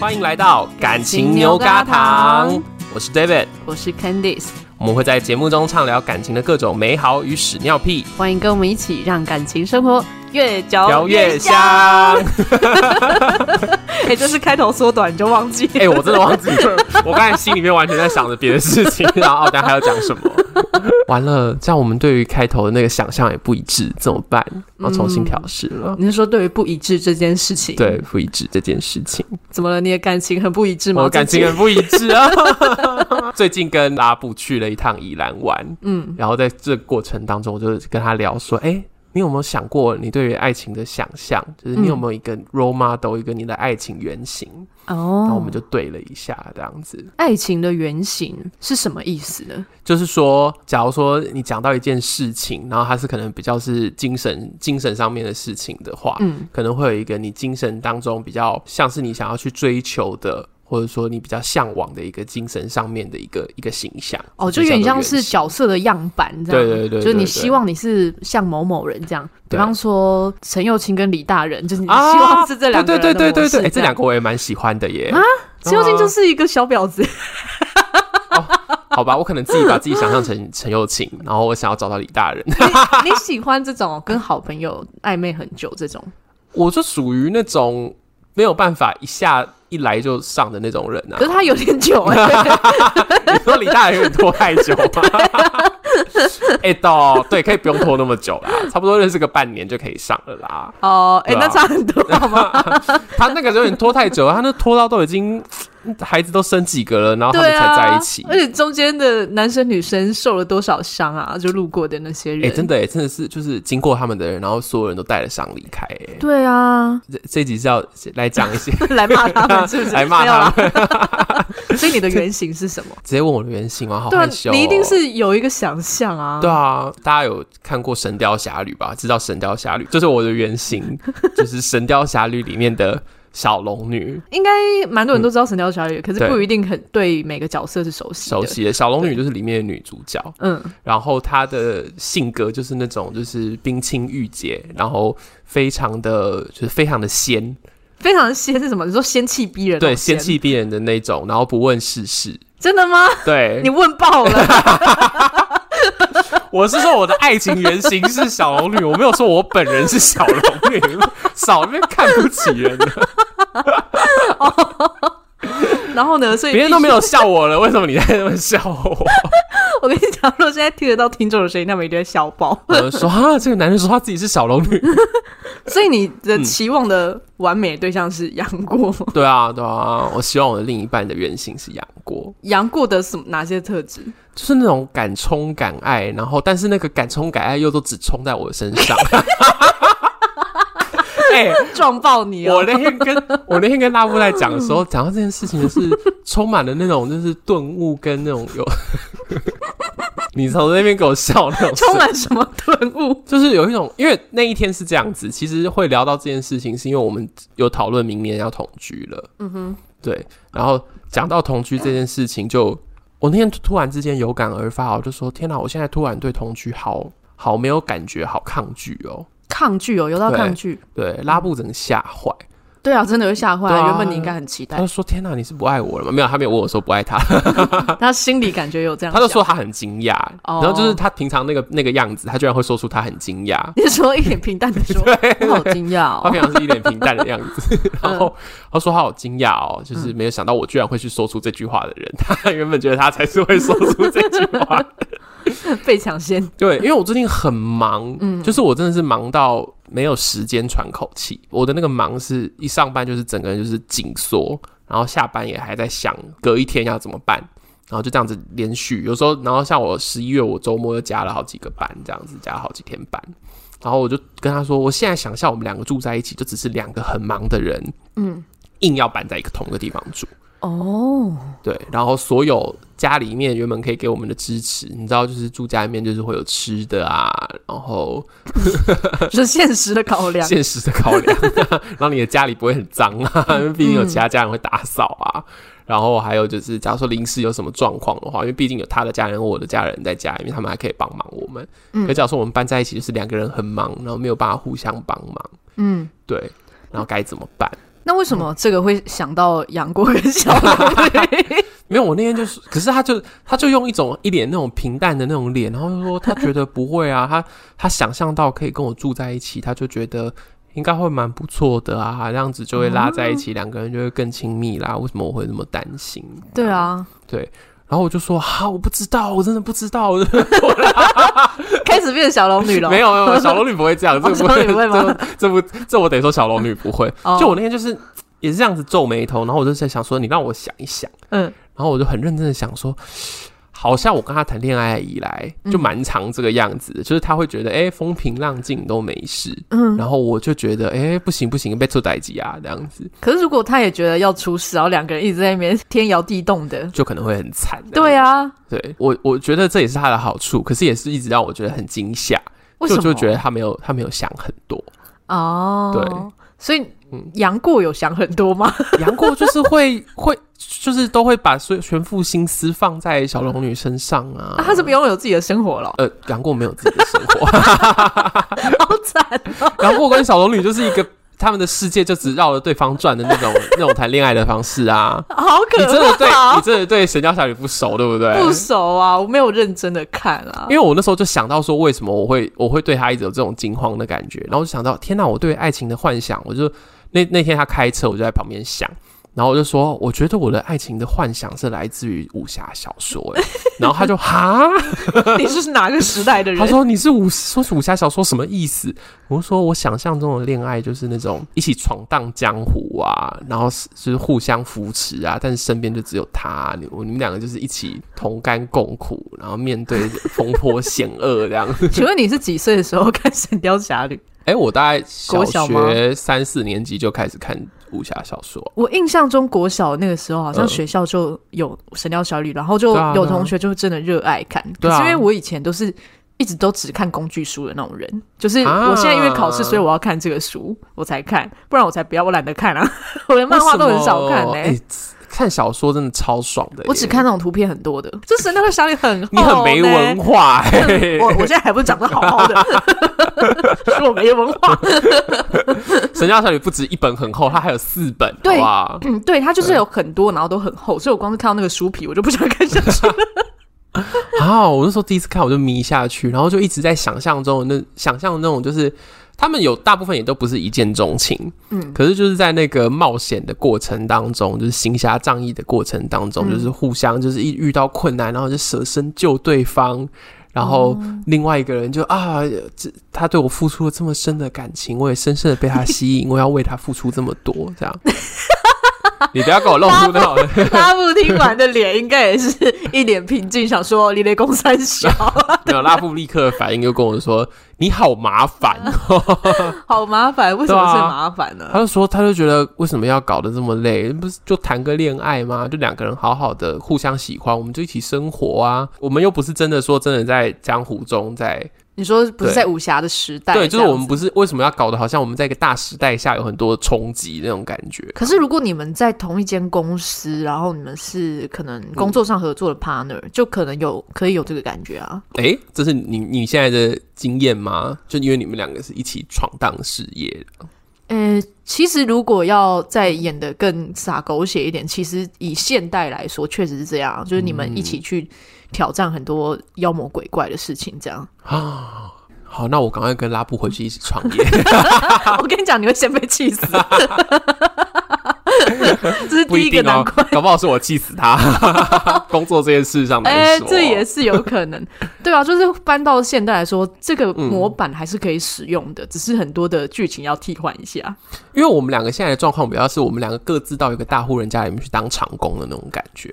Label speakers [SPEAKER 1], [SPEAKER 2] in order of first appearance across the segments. [SPEAKER 1] 欢迎来到感情牛轧糖，我是 David，
[SPEAKER 2] 我是 Candice，
[SPEAKER 1] 我们会在节目中畅聊感情的各种美好与屎尿屁，
[SPEAKER 2] 欢迎跟我们一起让感情生活越嚼
[SPEAKER 1] 聊
[SPEAKER 2] 越
[SPEAKER 1] 月
[SPEAKER 2] 香
[SPEAKER 1] 香。。
[SPEAKER 2] 哎、这是开头缩短你就忘 记
[SPEAKER 1] 哎、我真的忘记了，我刚才心里面完全在想着别的事 情，然后哦，等下还要讲什么？完了，这样我们对于开头的那个想象也不一致，怎么办？要重新调试了。
[SPEAKER 2] 你是说对于不一致这件事情，
[SPEAKER 1] 对，，不一致这件事情，
[SPEAKER 2] 怎么了？你的感情很不一致吗？
[SPEAKER 1] 我感情很不一致 啊。最近跟拉布去了一趟宜兰玩，
[SPEAKER 2] 嗯，
[SPEAKER 1] 然后在这过程当中，我就跟他聊说，哎、你有没有想过你对于爱情的想象？就是你有没有一个 role model，一个你的爱情原型？然后我
[SPEAKER 2] 哦
[SPEAKER 1] 们，就对了一下，这样子。
[SPEAKER 2] 爱情的原型是什么意思呢？
[SPEAKER 1] 就是说，假如说你讲到一件事情，然后它是可能比较是精神精神上面的事情的话，
[SPEAKER 2] 嗯，
[SPEAKER 1] 可能会有一个你精神当中比较像是你想要去追求的，或者说你比较向往的一个精神上面的一个一个形象。
[SPEAKER 2] 哦，
[SPEAKER 1] 这
[SPEAKER 2] 就有
[SPEAKER 1] 叫
[SPEAKER 2] 点
[SPEAKER 1] 做
[SPEAKER 2] 像
[SPEAKER 1] 原
[SPEAKER 2] 是
[SPEAKER 1] 型
[SPEAKER 2] 角色的样板这样。
[SPEAKER 1] 对对对
[SPEAKER 2] 就是你
[SPEAKER 1] 对
[SPEAKER 2] 希
[SPEAKER 1] 对
[SPEAKER 2] 望你是像某某人这样，比
[SPEAKER 1] 对
[SPEAKER 2] 方说陈幼卿跟李大人，就是你希
[SPEAKER 1] 啊
[SPEAKER 2] 望是这两个
[SPEAKER 1] 对
[SPEAKER 2] 人
[SPEAKER 1] 对对对对对，
[SPEAKER 2] 哎、
[SPEAKER 1] 哎这两个我也蛮喜欢的耶。
[SPEAKER 2] 啊陈幼卿就
[SPEAKER 1] 啊
[SPEAKER 2] 是一个小婊子，
[SPEAKER 1] 好吧，我可能自己把自己想象成陈幼卿，然后我想要找到李大人，
[SPEAKER 2] 你 喜欢这种跟好朋友暧昧很久这种？
[SPEAKER 1] 我就属于那种没有办法一下一来就上的那种人啊
[SPEAKER 2] 可。是他有点久 哎、啊
[SPEAKER 1] 你说李大人有点拖太久吗？哎、到对，可以不用拖那么 久啦，差不多认识个半年就可以上了啦。
[SPEAKER 2] 哦，哎、
[SPEAKER 1] 对啊
[SPEAKER 2] 那差很多好吗？
[SPEAKER 1] 他那个有点拖太久啊了，他那拖到都已经 孩子都生几个了，然后他们
[SPEAKER 2] 对
[SPEAKER 1] 才
[SPEAKER 2] 啊，
[SPEAKER 1] 在一起。
[SPEAKER 2] 而且中间的男生女生受了多少伤啊？就路过的那些
[SPEAKER 1] 哎、
[SPEAKER 2] 人，
[SPEAKER 1] 真的哎、真的是就是经过他们的人，然后所有人都带了伤离开、哎，
[SPEAKER 2] 对 啊，
[SPEAKER 1] 这这集是要来讲一些，
[SPEAKER 2] 来骂他们是不是？
[SPEAKER 1] 来骂
[SPEAKER 2] 没有
[SPEAKER 1] 他
[SPEAKER 2] 啦。 所以你的原型是什么？
[SPEAKER 1] 直接问我的原型啊，好
[SPEAKER 2] 对啊
[SPEAKER 1] 害羞、，哦
[SPEAKER 2] 你一定。是有一个想象啊。
[SPEAKER 1] 对啊，大家有看过《神雕侠侣》吧？知道《神雕侠侣》就是我的原 型，就是《神雕侠侣》里面的小龙女。
[SPEAKER 2] 应该蛮多人都知道《神雕侠侣》，可是
[SPEAKER 1] 对
[SPEAKER 2] 不一定很对每个角色是熟悉的。
[SPEAKER 1] 熟悉的小龙女就是里面的女主角，
[SPEAKER 2] 嗯，
[SPEAKER 1] 然后她的性格就是那种就是冰清玉洁，然后非常的就是非常的仙，
[SPEAKER 2] 非常仙是什么？你说仙气逼人哦？
[SPEAKER 1] 对仙气逼人的那种，然后不问世事，
[SPEAKER 2] 真的吗？
[SPEAKER 1] 对
[SPEAKER 2] 你，问爆了，
[SPEAKER 1] 我是说我的爱情原型是小龙 女，我没有说我本人是小龙女，少那边看不起人 了，
[SPEAKER 2] 然后呢？所以
[SPEAKER 1] 别人都
[SPEAKER 2] 必须
[SPEAKER 1] 没有笑我了，为什么你在那么笑 我？
[SPEAKER 2] 我跟你讲，如果现在听得到听众的声音，他们一定在笑 爆。
[SPEAKER 1] 我就说啊，这个男人说他自己是小龙女，
[SPEAKER 2] 所以你的期望的完美对象是杨过，
[SPEAKER 1] 对啊对啊，我希望我的另一半的原型是杨过。
[SPEAKER 2] 杨过的什么哪些特质？
[SPEAKER 1] 就是那种敢冲敢爱，然后但是那个敢冲敢爱又都只冲在我身上。哎、
[SPEAKER 2] 撞爆你
[SPEAKER 1] 我
[SPEAKER 2] 哦！
[SPEAKER 1] 那天跟我那天跟拉布在讲的时候，讲到这件事情的是充满了那种就是顿悟跟那种有， 你从那边给我笑那种
[SPEAKER 2] 充
[SPEAKER 1] 声，
[SPEAKER 2] 满什么顿悟？
[SPEAKER 1] 就是有一种，因为那一天是这样子，其实会聊到这件事情，是因为我们有讨论明年要同居了，
[SPEAKER 2] 嗯哼，
[SPEAKER 1] 对，然后讲到同居这件事情就，我那天突然之间有感而发，我就说天哪，我现在突然对同居好好没有感觉，好抗拒哦。
[SPEAKER 2] 抗拒哦，有到
[SPEAKER 1] 对
[SPEAKER 2] 抗拒。
[SPEAKER 1] 对，拉布整个吓坏，
[SPEAKER 2] 对啊，真的会吓坏
[SPEAKER 1] 对
[SPEAKER 2] 啊。
[SPEAKER 1] 啊
[SPEAKER 2] 原本你应该很期
[SPEAKER 1] 他
[SPEAKER 2] 待
[SPEAKER 1] 就，说天哪，你是不爱我了吗？没有，他没有问我说不爱他，
[SPEAKER 2] 他心里感觉有这样
[SPEAKER 1] 他
[SPEAKER 2] 想。
[SPEAKER 1] 就说他很惊讶，
[SPEAKER 2] 哦
[SPEAKER 1] 然后就是他平常那个那个样子，他居然会说出他很惊讶，
[SPEAKER 2] 你说一脸平淡的 说，我好惊讶
[SPEAKER 1] 他
[SPEAKER 2] 哦。
[SPEAKER 1] 平常是一脸平淡的样子，然后他说他好惊讶哦，就是没有想到我居然会去说出这句话的人，他原本觉得他才是会说出这句话的
[SPEAKER 2] 被抢先，
[SPEAKER 1] 对，因为我最近很忙，就是我真的是忙到没有时间喘口气。我的那个忙是一上班就是整个人就是紧缩，然后下班也还在想隔一天要怎么办，然后就这样子连续。有时候，然后像我十一月，我周末又加了好几个班，这样子加了好几天班。然后我就跟他说，我现在想象我们两个住在一起，就只是两个很忙的人，
[SPEAKER 2] 嗯，
[SPEAKER 1] 硬要搬在一个同一个地方住。
[SPEAKER 2] 哦，
[SPEAKER 1] 对，然后所有家里面原本可以给我们的支持，你知道，就是住家里面就是会有吃的啊，然后
[SPEAKER 2] 是 现实的考量。
[SPEAKER 1] 现实的考量，然后你的家里不会很脏啊，因为毕
[SPEAKER 2] 嗯
[SPEAKER 1] 竟有其他家人会打扫啊。然后还有就是，假如说临时有什么状况的话，因为毕竟有他的家人或我的家人在家里面，他们还可以帮忙我们。
[SPEAKER 2] 嗯
[SPEAKER 1] 可假如说我们搬在一起，就是两个人很忙，然后没有办法互相帮忙，
[SPEAKER 2] 嗯，
[SPEAKER 1] 对，然后该怎么办？
[SPEAKER 2] 那为什么这个会想到杨过跟小龙
[SPEAKER 1] 没有，我那天就是， 可是他就他就用一种一脸那种平淡的那种脸，然后就说他觉得不会啊， 他他想象到可以跟我住在一起，他就觉得应该会蛮不错的啊，这样子就会拉在一
[SPEAKER 2] 哦
[SPEAKER 1] 起，两、个人就会更亲密啦。为什么我会那么担心？
[SPEAKER 2] 对啊，
[SPEAKER 1] 对。然后我就说哈、我不知道，我真的不知道。我真的
[SPEAKER 2] 开始变小龙女 了。
[SPEAKER 1] 没有没有，小龙女不会 这样，这个不
[SPEAKER 2] 小龙女哦会吗
[SPEAKER 1] 这这不这我得说小龙女不会。
[SPEAKER 2] 哦
[SPEAKER 1] 就我那天就是也是这样子皱眉头，然后我就在想说，你让我想一想。
[SPEAKER 2] 嗯，
[SPEAKER 1] 然后我就很认真的想说，好像我跟他谈恋爱以来
[SPEAKER 2] 嗯
[SPEAKER 1] 就蛮常这个样子的，就是他会觉得哎、风平浪静都没事，嗯，然后我就觉得哎、不行不行被出代机啊这样子，
[SPEAKER 2] 可是如果他也觉得要出事，然后两个人一直在那边天摇地动的，
[SPEAKER 1] 就可能会很惨。
[SPEAKER 2] 对
[SPEAKER 1] 啊，
[SPEAKER 2] 啊，
[SPEAKER 1] 对我我觉得这也是他的好处，可是也是一直让我觉得很惊吓，
[SPEAKER 2] 为什
[SPEAKER 1] 就
[SPEAKER 2] 么？
[SPEAKER 1] 就觉得他没有他没有想很多，
[SPEAKER 2] 哦，
[SPEAKER 1] 对，
[SPEAKER 2] 所以
[SPEAKER 1] 嗯
[SPEAKER 2] 杨过有想很多吗？
[SPEAKER 1] 杨过就是会会就是都会把所有全副心思放在小龙女身上啊，
[SPEAKER 2] 啊他怎么拥有自己的 生活了？
[SPEAKER 1] 呃，杨过没有自己的生活。
[SPEAKER 2] 好惨哦！
[SPEAKER 1] 然后我跟小龙女就是一个他们的世界就只绕着对方转的那种那种谈恋爱的方式啊。
[SPEAKER 2] 好 可
[SPEAKER 1] 你
[SPEAKER 2] 怕！
[SPEAKER 1] 真的对你真的对《神雕侠侣》不熟，对不对？
[SPEAKER 2] 不熟啊，我没有认真的看啊。
[SPEAKER 1] 因为我那时候就想到说，为什么我会我会对他一直有这种惊慌的感觉，然后我就想到，天哪，我对爱情的幻想，我就那那天他开车，我就在旁边想，然后我就说，我觉得我的爱情的幻想是来自于武侠小说，哎， 然后他就哈，
[SPEAKER 2] 你是哪个时代的人？
[SPEAKER 1] 他说你是武说是武侠小说什么意思？我就说我想象中的恋爱就是那种一起闯荡江湖啊，然后是就是互相扶持啊，但是身边就只有他，你我你们两个就是一起同甘共苦，然后面对风波险恶这样子。
[SPEAKER 2] 请问你是几岁的时候看《神雕侠侣》？
[SPEAKER 1] 哎、我大概小
[SPEAKER 2] 国小吗
[SPEAKER 1] 学三四年级就开始看武侠小说，
[SPEAKER 2] 我印象中国小那个时候，好像
[SPEAKER 1] 嗯
[SPEAKER 2] 学校就有《神雕侠侣》，然后就
[SPEAKER 1] 对啊
[SPEAKER 2] 有
[SPEAKER 1] 对啊
[SPEAKER 2] 同学就真的热爱看。
[SPEAKER 1] 对啊
[SPEAKER 2] 可是因为我以前都是一直都只看工具书的那种人，就是
[SPEAKER 1] 啊
[SPEAKER 2] 我现在因为考试，所以我要看这个书，我才看，不然我才不要，我懒得看啊， 我连漫画都很少看
[SPEAKER 1] 呢、
[SPEAKER 2] 呢、
[SPEAKER 1] 哎看小说真的超爽的耶，
[SPEAKER 2] 我只看那种图片很多的，这《神雕侠侣》很
[SPEAKER 1] 哎
[SPEAKER 2] 厚
[SPEAKER 1] 你很没
[SPEAKER 2] 呢
[SPEAKER 1] 文化、哎 嘿
[SPEAKER 2] 我我现在还不是长得好 好的， 说我没文化。
[SPEAKER 1] 《神雕侠侣》不止一本很厚，它还有四本，
[SPEAKER 2] 对
[SPEAKER 1] 好吧？
[SPEAKER 2] 嗯，对，它就是有很多，然后都很厚，所以我光是看到那个书皮，我就不想看下去。
[SPEAKER 1] 啊！我那时候第一次看，我就迷下去，然后就一直在想象中的那想象那种，就是他们有大部分也都不是一见钟情，嗯，可是就是在那个冒险的过程当中，就是行侠仗义的过程当中，就是互相就是一遇到困难，然后就舍身救对方。然后另外一个人就啊，这他对我付出了这么深的感情，我也深深的被他吸引，我要为他付出这么多，这样。你不要给我露出那种
[SPEAKER 2] 拉布听完的脸应该也是一脸平静，想说你雷公三 小，
[SPEAKER 1] 没有，拉布立刻反应就跟我说：“你好麻烦哦。
[SPEAKER 2] 好麻烦，为什么
[SPEAKER 1] 对啊
[SPEAKER 2] 是麻烦”呢、
[SPEAKER 1] 他就说，他就觉得为什么要搞得这么累？不是就谈个恋爱吗？就两个人好好的互相喜欢，我们就一起生活啊。我们又不是真的说真的在江湖中在
[SPEAKER 2] 你说不是在武侠的时代，
[SPEAKER 1] 对，就是我
[SPEAKER 2] 这样
[SPEAKER 1] 们
[SPEAKER 2] 子。
[SPEAKER 1] 不是为什么要搞得好像我们在一个大时代下有很多冲击那种感觉。
[SPEAKER 2] 可是，如果你们在同一间公司，然后你们是可能工作上合作的 partner，、就可能有可以有这个感觉啊。
[SPEAKER 1] 诶，这是你你现在的经验吗？就因为你们两个是一起闯荡事业的，
[SPEAKER 2] 呃，其实如果要再演的更洒狗血一点，其实以现代来说，确实是这样，就是你们一起去挑战很多妖魔鬼怪的事情，这样。
[SPEAKER 1] 好，那我赶快跟拉布回去一起创业。
[SPEAKER 2] 我跟你讲，你会先被气死， 这是
[SPEAKER 1] 不
[SPEAKER 2] 第
[SPEAKER 1] 一
[SPEAKER 2] 一
[SPEAKER 1] 定
[SPEAKER 2] 个难
[SPEAKER 1] 哦
[SPEAKER 2] 关。，
[SPEAKER 1] 搞不好是我气死他。 工作这件事上面
[SPEAKER 2] 哎、
[SPEAKER 1] 说，
[SPEAKER 2] 这也是有可 能，对啊，就是搬到现代来说，这个
[SPEAKER 1] 嗯
[SPEAKER 2] 模板还是可以使用的，只是很多的剧情要替换一下。
[SPEAKER 1] 因为我们两个现在的状况比较是我们两个各自到一个大户人家里面去当长工的那种感觉。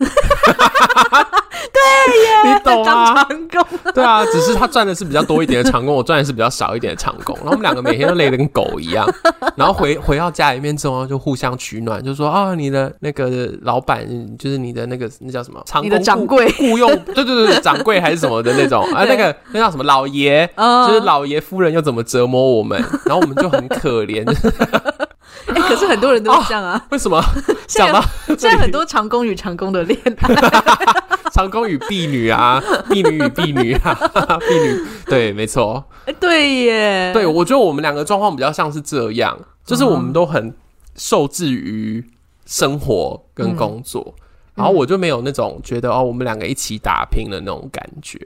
[SPEAKER 1] 对耶，你懂
[SPEAKER 2] 当
[SPEAKER 1] 啊？
[SPEAKER 2] 长工，
[SPEAKER 1] 对啊，只是他赚的是比较多一点的长工，我赚的是比较少一点的长工，然后我们两个每天都累得跟狗一样，然后回回到家里面之后就互相取暖，就说啊，你的那个老板就是你的那个那叫什么长
[SPEAKER 2] 你
[SPEAKER 1] 工
[SPEAKER 2] 的掌
[SPEAKER 1] 雇
[SPEAKER 2] 柜
[SPEAKER 1] 雇佣，对对对对，掌柜还是什么的那种啊，那
[SPEAKER 2] 对
[SPEAKER 1] 个那叫什么老爷，
[SPEAKER 2] 嗯
[SPEAKER 1] 就是老爷夫人又怎么折磨我们，然后我们就很可怜，就是
[SPEAKER 2] 哎、可是很多人都是这样啊。
[SPEAKER 1] 为什么
[SPEAKER 2] 现在
[SPEAKER 1] 哦讲到
[SPEAKER 2] 现在很多长工与长工的恋爱，
[SPEAKER 1] 长工与婢女啊， 婢女与婢女啊， 婢女，对，没错，
[SPEAKER 2] 哎对耶，
[SPEAKER 1] 对我觉得我们两个状况比较像是这样，就是我们都很。受制于生活跟工作，
[SPEAKER 2] 嗯
[SPEAKER 1] 然后我就没有那种觉得哦，我们两个一起打拼的那种感觉，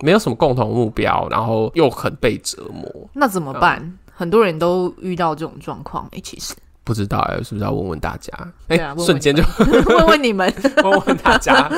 [SPEAKER 1] 没有什么共同目标，然后又很被折磨。
[SPEAKER 2] 那怎么办？很多人都遇到这种状况，哎、其实
[SPEAKER 1] 不知道哎、是不是要问问大家？哎、
[SPEAKER 2] 对啊问问
[SPEAKER 1] 瞬间就
[SPEAKER 2] 问问你们，
[SPEAKER 1] 问问大家。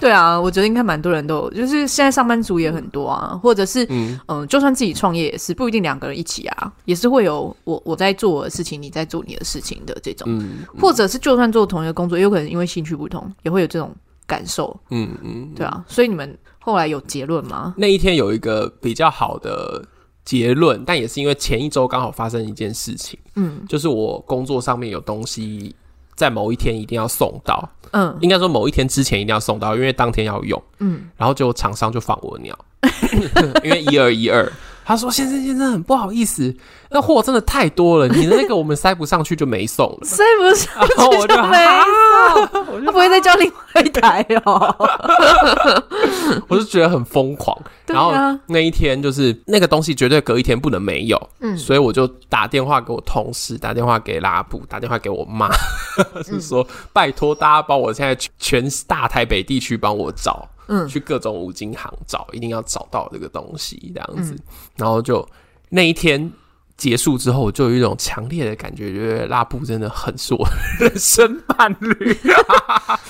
[SPEAKER 2] 对啊，我觉得应该蛮多人都有，就是现在上班族也很多啊，或者是嗯、呃就算自己创业也是不一定两个人一起啊，也是会有我我在做我的事情，你在做你的事情的这种，
[SPEAKER 1] 嗯
[SPEAKER 2] 或者是就算做同一个工作，也有可能因为兴趣不同，也会有这种感受，
[SPEAKER 1] 嗯嗯，
[SPEAKER 2] 对啊，所以你们后来有结论吗？
[SPEAKER 1] 那一天有一个比较好的结论，但也是因为前一周刚好发生一件事情，
[SPEAKER 2] 嗯
[SPEAKER 1] 就是我工作上面有东西在某一天一定要送到，
[SPEAKER 2] 嗯
[SPEAKER 1] 应该说某一天之前一定要送到，因为当天要用。
[SPEAKER 2] 嗯，
[SPEAKER 1] 然后就厂商就放我鸟，因为一二一二，他说先生先生很不好意思，那货真的太多了，你的那个我们塞不上去就没送了。
[SPEAKER 2] 所以不是
[SPEAKER 1] 然后我就
[SPEAKER 2] 哦 就没
[SPEAKER 1] 哈，
[SPEAKER 2] 他不会再叫另外一台 哦，
[SPEAKER 1] 我就觉得很疯狂。
[SPEAKER 2] 对
[SPEAKER 1] 然后
[SPEAKER 2] 啊，
[SPEAKER 1] 那一天就是那个东西绝对隔一天不能没有，
[SPEAKER 2] 嗯
[SPEAKER 1] 所以我就打电话给我同事，打电话给拉布，打电话给我妈，
[SPEAKER 2] 嗯
[SPEAKER 1] 就是说、拜托大家帮我现在全大台北地区帮我找，
[SPEAKER 2] 嗯
[SPEAKER 1] 去各种五金行找，一定要找到这个东西这
[SPEAKER 2] 嗯
[SPEAKER 1] 样子。然后就那一天。结束之后，我就有一种强烈的感觉，觉得拉布真的很是我的人生伴 侣，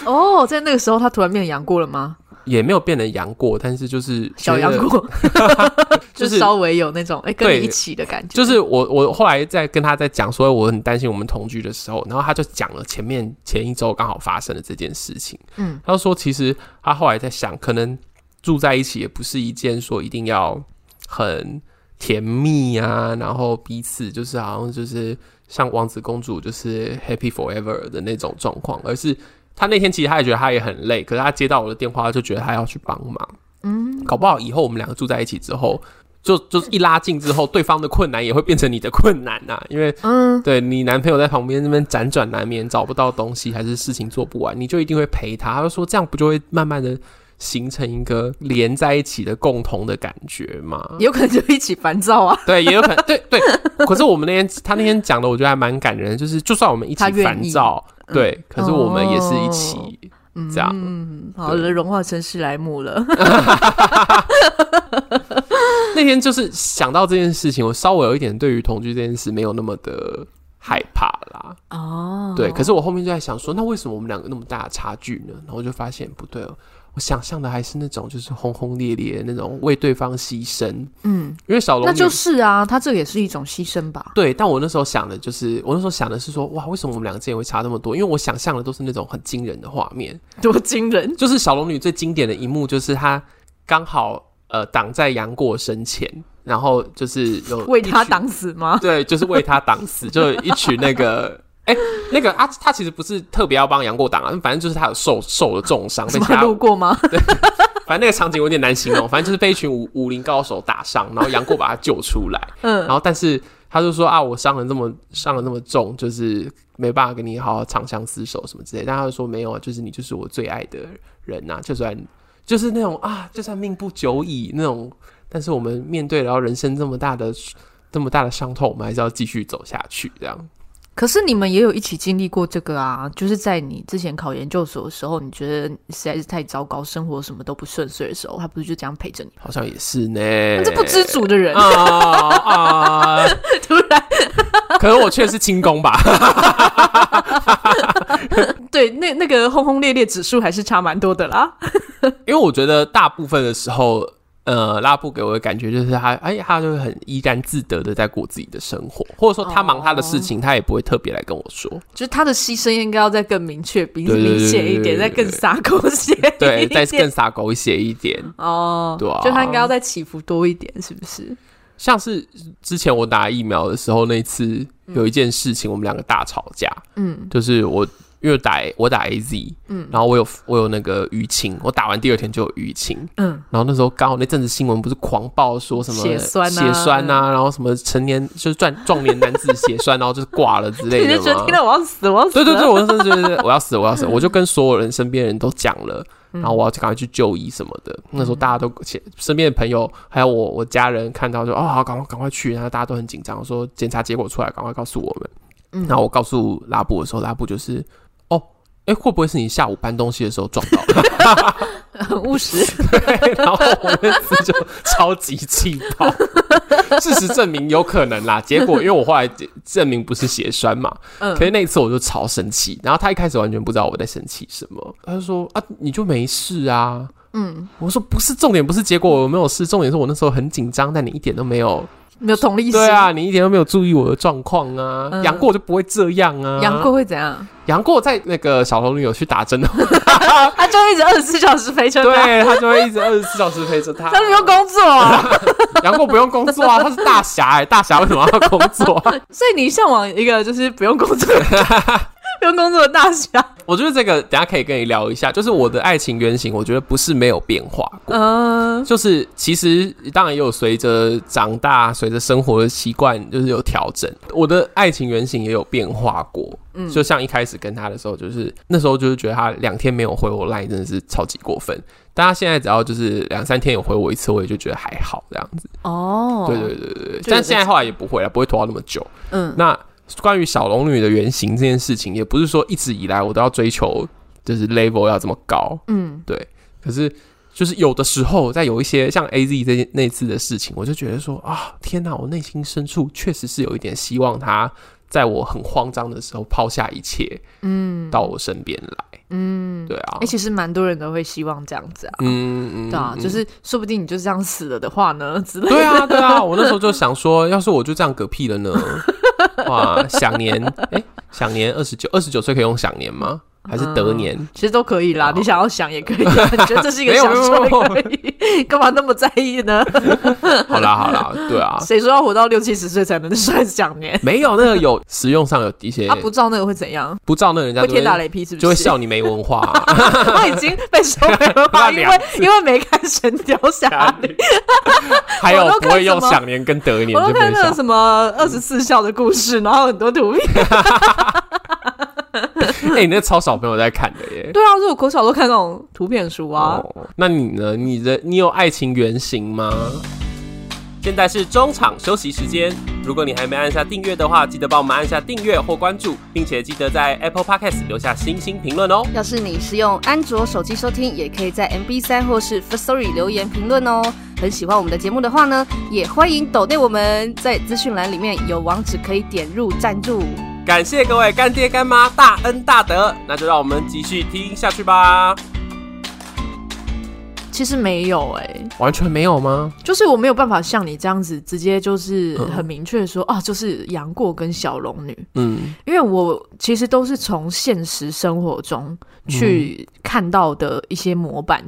[SPEAKER 2] 哦，在那个时候他突然变杨过了吗？
[SPEAKER 1] 也没有变成杨过，但是就是
[SPEAKER 2] 小
[SPEAKER 1] 觉得
[SPEAKER 2] 杨过，
[SPEAKER 1] 就
[SPEAKER 2] 就是稍微有那种哎、跟
[SPEAKER 1] 对
[SPEAKER 2] 你一起的感觉，
[SPEAKER 1] 就是我我后来在跟他在讲说我很担心我们同居的时候，然后他就讲了前面前一周刚好发生的这件事情，
[SPEAKER 2] 嗯，
[SPEAKER 1] 他就说其实他后来在想，可能住在一起也不是一件说一定要很甜蜜啊，然后彼此就是好像就是像王子公主就是 happy forever 的那种状况，而是。他那天其实他也觉得他也很累，可是他接到我的电话，他就觉得他要去帮忙。嗯，搞不好以后我们两个住在一起之后，就就是一拉近之后，对方的困难也会变成你的困难呐、因为
[SPEAKER 2] 嗯，
[SPEAKER 1] 对你男朋友在旁边那边辗转难眠，找不到东西，还是事情做不完，你就一定会陪他。他就说这样不就会慢慢的形成一个连在一起的共同的感觉吗？
[SPEAKER 2] 有可能就一起烦躁啊，
[SPEAKER 1] 对，也有可能，对对。可是我们那天他那天讲的，我觉得还蛮感人的，就是就算我们一起
[SPEAKER 2] 他愿
[SPEAKER 1] 烦
[SPEAKER 2] 意嗯
[SPEAKER 1] 躁，对，可是我们也是一
[SPEAKER 2] 哦
[SPEAKER 1] 起这样。
[SPEAKER 2] 嗯， 好了，融化成史莱姆了，
[SPEAKER 1] 那天就是想到这件事情，我稍微有一点对于同居这件事没有那么的害怕啦。
[SPEAKER 2] 哦，
[SPEAKER 1] 对，可是我后面就在想说，那为什么我们两个那么大的差距呢？然后我就发现不对哦，我想象的还是那种就是轰轰烈烈的那种为对方牺牲，
[SPEAKER 2] 嗯，
[SPEAKER 1] 因为小龙
[SPEAKER 2] 那
[SPEAKER 1] 女
[SPEAKER 2] 就是啊，他这个也是一种牺牲吧，
[SPEAKER 1] 对，但我那时候想的就是，我那时候想的是说，哇，为什么我们两个之间会差那么多？因为我想象的都是那种很惊人的画面，
[SPEAKER 2] 多惊人，
[SPEAKER 1] 就是小龙女最经典的一幕，就是她刚好呃挡在杨过身前，然后就是有
[SPEAKER 2] 为
[SPEAKER 1] 一
[SPEAKER 2] 他
[SPEAKER 1] 群
[SPEAKER 2] 挡死吗？
[SPEAKER 1] 对，就是为他挡死，就一群那个。哎、那个啊，他其实不是特别要帮杨过挡啊，反正就是他有受受了重 伤，被
[SPEAKER 2] 什
[SPEAKER 1] 其他
[SPEAKER 2] 么路过吗？
[SPEAKER 1] 反正那个场景有点难形容，反正就是被一群武武林高手打伤，然后杨过把他救出来，
[SPEAKER 2] 嗯
[SPEAKER 1] 然后但是他就说啊，我伤了那么伤了那么重，就是没办法跟你好好长相厮守什么之类的，但他就说没有啊，就是你就是我最爱的人呐、就算就是那种啊，就算命不久矣那种，但是我们面对然后人生这么大的这么大的伤痛，我们还是要继续走下去这样。
[SPEAKER 2] 可是你们也有一起经历过这个啊，就是在你之前考研究所的时候，你觉得实在是太糟糕，生活什么都不顺遂的时候，他不是就这样陪着你？
[SPEAKER 1] 好像也是呢，
[SPEAKER 2] 这不知足的人，
[SPEAKER 1] 啊啊！
[SPEAKER 2] 突然
[SPEAKER 1] 可是我却是轻功吧，
[SPEAKER 2] 对那那个轰轰烈烈指数还是差蛮多的啦。
[SPEAKER 1] 因为我觉得大部分的时候，呃，拉布给我的感觉就是他，哎，他就会很怡然自得的在过自己的生活，或者说他忙他的事情，他也不会特别来跟我说。
[SPEAKER 2] 就是他的牺牲应该要再更明确、明
[SPEAKER 1] 对对对
[SPEAKER 2] 明显一
[SPEAKER 1] 对对
[SPEAKER 2] 点，
[SPEAKER 1] 对
[SPEAKER 2] 再更洒狗血
[SPEAKER 1] 对，
[SPEAKER 2] 一
[SPEAKER 1] 再
[SPEAKER 2] 点
[SPEAKER 1] 更撒狗血一点，
[SPEAKER 2] 哦，
[SPEAKER 1] 对啊
[SPEAKER 2] 就他应该要再起伏多一点，是不是？
[SPEAKER 1] 像是之前我打疫苗的时候，那一次有一件事情，我们两个大吵架，
[SPEAKER 2] 嗯，
[SPEAKER 1] 就是我因为打我打 A Z，嗯
[SPEAKER 2] 嗯，
[SPEAKER 1] 然后我有我有那个淤青，我打完第二天就有淤青，
[SPEAKER 2] 嗯，
[SPEAKER 1] 然后那时候刚好那阵子新闻不是狂爆说什么
[SPEAKER 2] 血栓啊
[SPEAKER 1] 血栓啊，然后什么成年就是壮壮年男子血栓，然后就是挂了之类
[SPEAKER 2] 你
[SPEAKER 1] 的
[SPEAKER 2] 就觉得
[SPEAKER 1] 嘛。
[SPEAKER 2] 听到我要死，我要死，
[SPEAKER 1] 对对对，，我真的觉得我要死，我要死，我就跟所有人身边人都讲了，然后我要赶快去就医什么的。那时候大家都且身边的朋友还有我我家人看到就哦好，赶快赶快去，然后大家都很紧张，说检查结果出来，赶快告诉我们。
[SPEAKER 2] 嗯
[SPEAKER 1] 然后我告诉拉布的时候，拉布就是哦，哎、会不会是你下午搬东西的时候撞到 的？
[SPEAKER 2] 很务实。
[SPEAKER 1] 对，然后我们次就超级气爆。 事实证明有可能啦，结果因为我后来证明不是血栓嘛，
[SPEAKER 2] 嗯
[SPEAKER 1] 可，是那一次我就超生气，然后他一开始完全不知道我在生气什么，他就说啊，你就没事啊。嗯，我说不是重点，不是结果我有没有事，重点是我那时候很紧张，但你一点都没有，
[SPEAKER 2] 没有同理心。
[SPEAKER 1] 对啊，，你一点都没有注意我的状况啊。
[SPEAKER 2] 嗯
[SPEAKER 1] 杨过就不会这样啊，
[SPEAKER 2] 杨过会怎样？
[SPEAKER 1] 杨过在那个小龙女有去打 针的话，
[SPEAKER 2] 他就一直二十四小时陪着他，
[SPEAKER 1] 对他就会一直二十四小时陪着他
[SPEAKER 2] 他。不用工作啊。
[SPEAKER 1] 杨过不用工作啊，他是大侠哎、大侠为什么要工作 啊、
[SPEAKER 2] 所以你向往一个就是不用工作的、不用工作的大侠。
[SPEAKER 1] 我觉得这个等一下可以跟你聊一下，就是我的爱情原型，我觉得不是没有变化过。
[SPEAKER 2] 嗯、
[SPEAKER 1] 就是其实当然也有随着长大，随着生活的习惯，就是有调整。我的爱情原型也有变化过，嗯，就像一开始跟他的时候，就是那时候就是觉得他两天没有回我 line 真的是超级过分，但他现在只要就是两三天有回我一次，我也就觉得还好这样子。
[SPEAKER 2] 哦，
[SPEAKER 1] 对对对对对，
[SPEAKER 2] 就有
[SPEAKER 1] 但现在后来也不会了，不会拖到那么久。
[SPEAKER 2] 嗯，
[SPEAKER 1] 那关于小龙女的原型这件事情，也不是说一直以来我都要追求，就是 level 要这么高，
[SPEAKER 2] 嗯，
[SPEAKER 1] 可是就是有的时候，在有一些像 A Z 这件那次的事情，我就觉得说啊，天哪！我内心深处确实是有一点希望他在我很慌张的时候抛下一切，嗯，到我身边来，嗯，对啊
[SPEAKER 2] 哎、，其实蛮多人都会希望这样子啊，
[SPEAKER 1] 嗯嗯
[SPEAKER 2] 对啊，
[SPEAKER 1] 嗯
[SPEAKER 2] 就是说不定你就这样死了的话呢，之 类的。
[SPEAKER 1] 对啊，对啊，我那时候就想说，要是我就这样嗝屁了 呢？哇，享年哎、享年二十九，二十九岁可以用享年吗？
[SPEAKER 2] 嗯
[SPEAKER 1] 还是得年？
[SPEAKER 2] 其实都可以啦，
[SPEAKER 1] 好
[SPEAKER 2] 你想要想也可以啊，你觉得这是一个
[SPEAKER 1] 没有
[SPEAKER 2] 享受
[SPEAKER 1] 没有没
[SPEAKER 2] 也可以，干嘛那么在意呢？
[SPEAKER 1] 好啦好啦，对 啊，
[SPEAKER 2] 谁说要活到六七十岁才能算享年？
[SPEAKER 1] 没有那个有实用上有一些
[SPEAKER 2] 啊，不照那个会怎样？
[SPEAKER 1] 不照那个人家
[SPEAKER 2] 会
[SPEAKER 1] 就
[SPEAKER 2] 天打
[SPEAKER 1] 会
[SPEAKER 2] 雷劈是不是？
[SPEAKER 1] 就会笑你没文化、啊。
[SPEAKER 2] 我已经被收回了
[SPEAKER 1] 那
[SPEAKER 2] 吧，因
[SPEAKER 1] 两
[SPEAKER 2] 为因为没看《神雕侠侣》。
[SPEAKER 1] 还有不会用享年跟得年
[SPEAKER 2] 我
[SPEAKER 1] 就
[SPEAKER 2] 都
[SPEAKER 1] 没
[SPEAKER 2] 看那
[SPEAKER 1] 笑
[SPEAKER 2] 个。什么二十四孝的故事，然后很多 图片。
[SPEAKER 1] 哎、你那超少朋友在看的耶。
[SPEAKER 2] 对啊，就是我国小都看那种图片书啊。
[SPEAKER 1] 哦，那你呢？你的你有爱情原型吗？现在是中场休息时间，如果你还没按下订阅的话，记得帮我们按下订阅或关注，并且记得在 Apple Podcast 留下星星评论哦。
[SPEAKER 3] 要是你是用安卓手机收听，也可以在 MB 三或是 First Story 留言评论哦。很喜欢我们的节目的话呢，也欢迎抖内我们，在资讯栏里面有网址可以点入赞助。
[SPEAKER 1] 感谢各位干爹干妈大恩大德，那就让我们继续听下去吧。
[SPEAKER 2] 其实没有哎、
[SPEAKER 1] 完全没有吗？
[SPEAKER 2] 就是我没有办法像你这样子直接就是
[SPEAKER 1] 嗯
[SPEAKER 2] 很明确地说、啊，就是杨过跟小龙女，
[SPEAKER 1] 嗯，
[SPEAKER 2] 因为我其实都是从现实生活中
[SPEAKER 1] 嗯
[SPEAKER 2] 去看到的一些模板，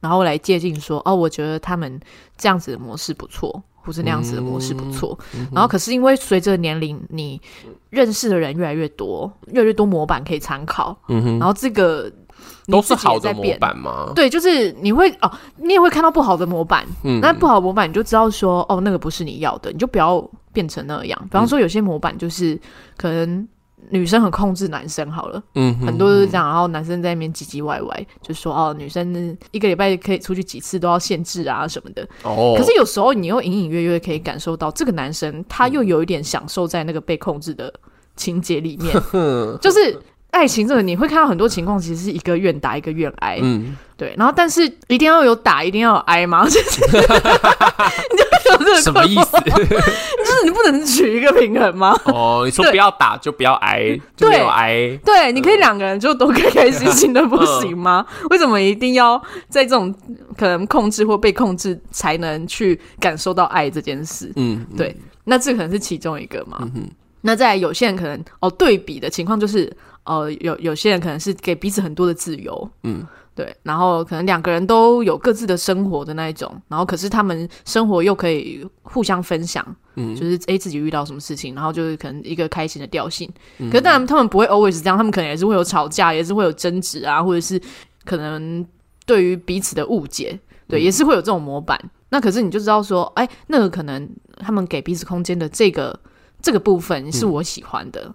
[SPEAKER 2] 然后来借鉴说哦，我觉得他们这样子的模式不错，或是那样子的模式不错。
[SPEAKER 1] 嗯
[SPEAKER 2] 然后可是因为随着年龄，你认识的人越来越多，越来越多模板可以参考，
[SPEAKER 1] 嗯哼，
[SPEAKER 2] 然后这个你
[SPEAKER 1] 都是
[SPEAKER 2] 自己也
[SPEAKER 1] 好的
[SPEAKER 2] 在
[SPEAKER 1] 模
[SPEAKER 2] 变。
[SPEAKER 1] 板吗？
[SPEAKER 2] 对，就是你会哦，你也会看到不好的模板，
[SPEAKER 1] 嗯
[SPEAKER 2] 那不好的模板你就知道说，哦，那个不是你要的，你就不要变成那样。比方说，有些模板就是、可能女生很控制男生好了，
[SPEAKER 1] 嗯哼
[SPEAKER 2] 很多都是这样，然后男生在那边唧唧歪歪，就说哦，女生一个礼拜可以出去几次都要限制啊什么的。
[SPEAKER 1] 哦，
[SPEAKER 2] 可是有时候你又隐隐约约可以感受到，这个男生他又有一点享受在那个被控制的情节里 面，就是爱情这个你会看到很多情况，其实是一个愿打一个愿挨，
[SPEAKER 1] 嗯。
[SPEAKER 2] 对。然后但是一定要有打，一定要有挨吗？ 就是你就有这
[SPEAKER 1] 什么
[SPEAKER 2] 个困
[SPEAKER 1] 意
[SPEAKER 2] 惑
[SPEAKER 1] 思？？
[SPEAKER 2] 就是你不能取一个平衡吗？
[SPEAKER 1] 哦，你说
[SPEAKER 2] 对
[SPEAKER 1] 不要打就不要挨，就没有挨。
[SPEAKER 2] 对，你可以两个人就都开开心心的，不行吗？ 为什么一定要在这种可能控制或被控制才能去感受到爱这件事？
[SPEAKER 1] 嗯，
[SPEAKER 2] 对，那这可能是其中一个嘛。那再来有些人可能哦，对比的情况就是，呃，有有些人可能是给彼此很多的自由，
[SPEAKER 1] 嗯，
[SPEAKER 2] 对，然后可能两个人都有各自的生活的那一种，然后可是他们生活又可以互相分享，
[SPEAKER 1] 嗯
[SPEAKER 2] 就是诶、自己遇到什么事情，然后就是可能一个开心的调性，
[SPEAKER 1] 嗯
[SPEAKER 2] 可是当然他们不会 always 这样，他们可能也是会有吵架，也是会有争执啊，或者是可能对于彼此的误解，
[SPEAKER 1] 嗯
[SPEAKER 2] 对，也是会有这种模板。那可是你就知道说，哎、那个可能他们给彼此空间的这个这个部
[SPEAKER 1] 嗯
[SPEAKER 2] 分是我喜欢的，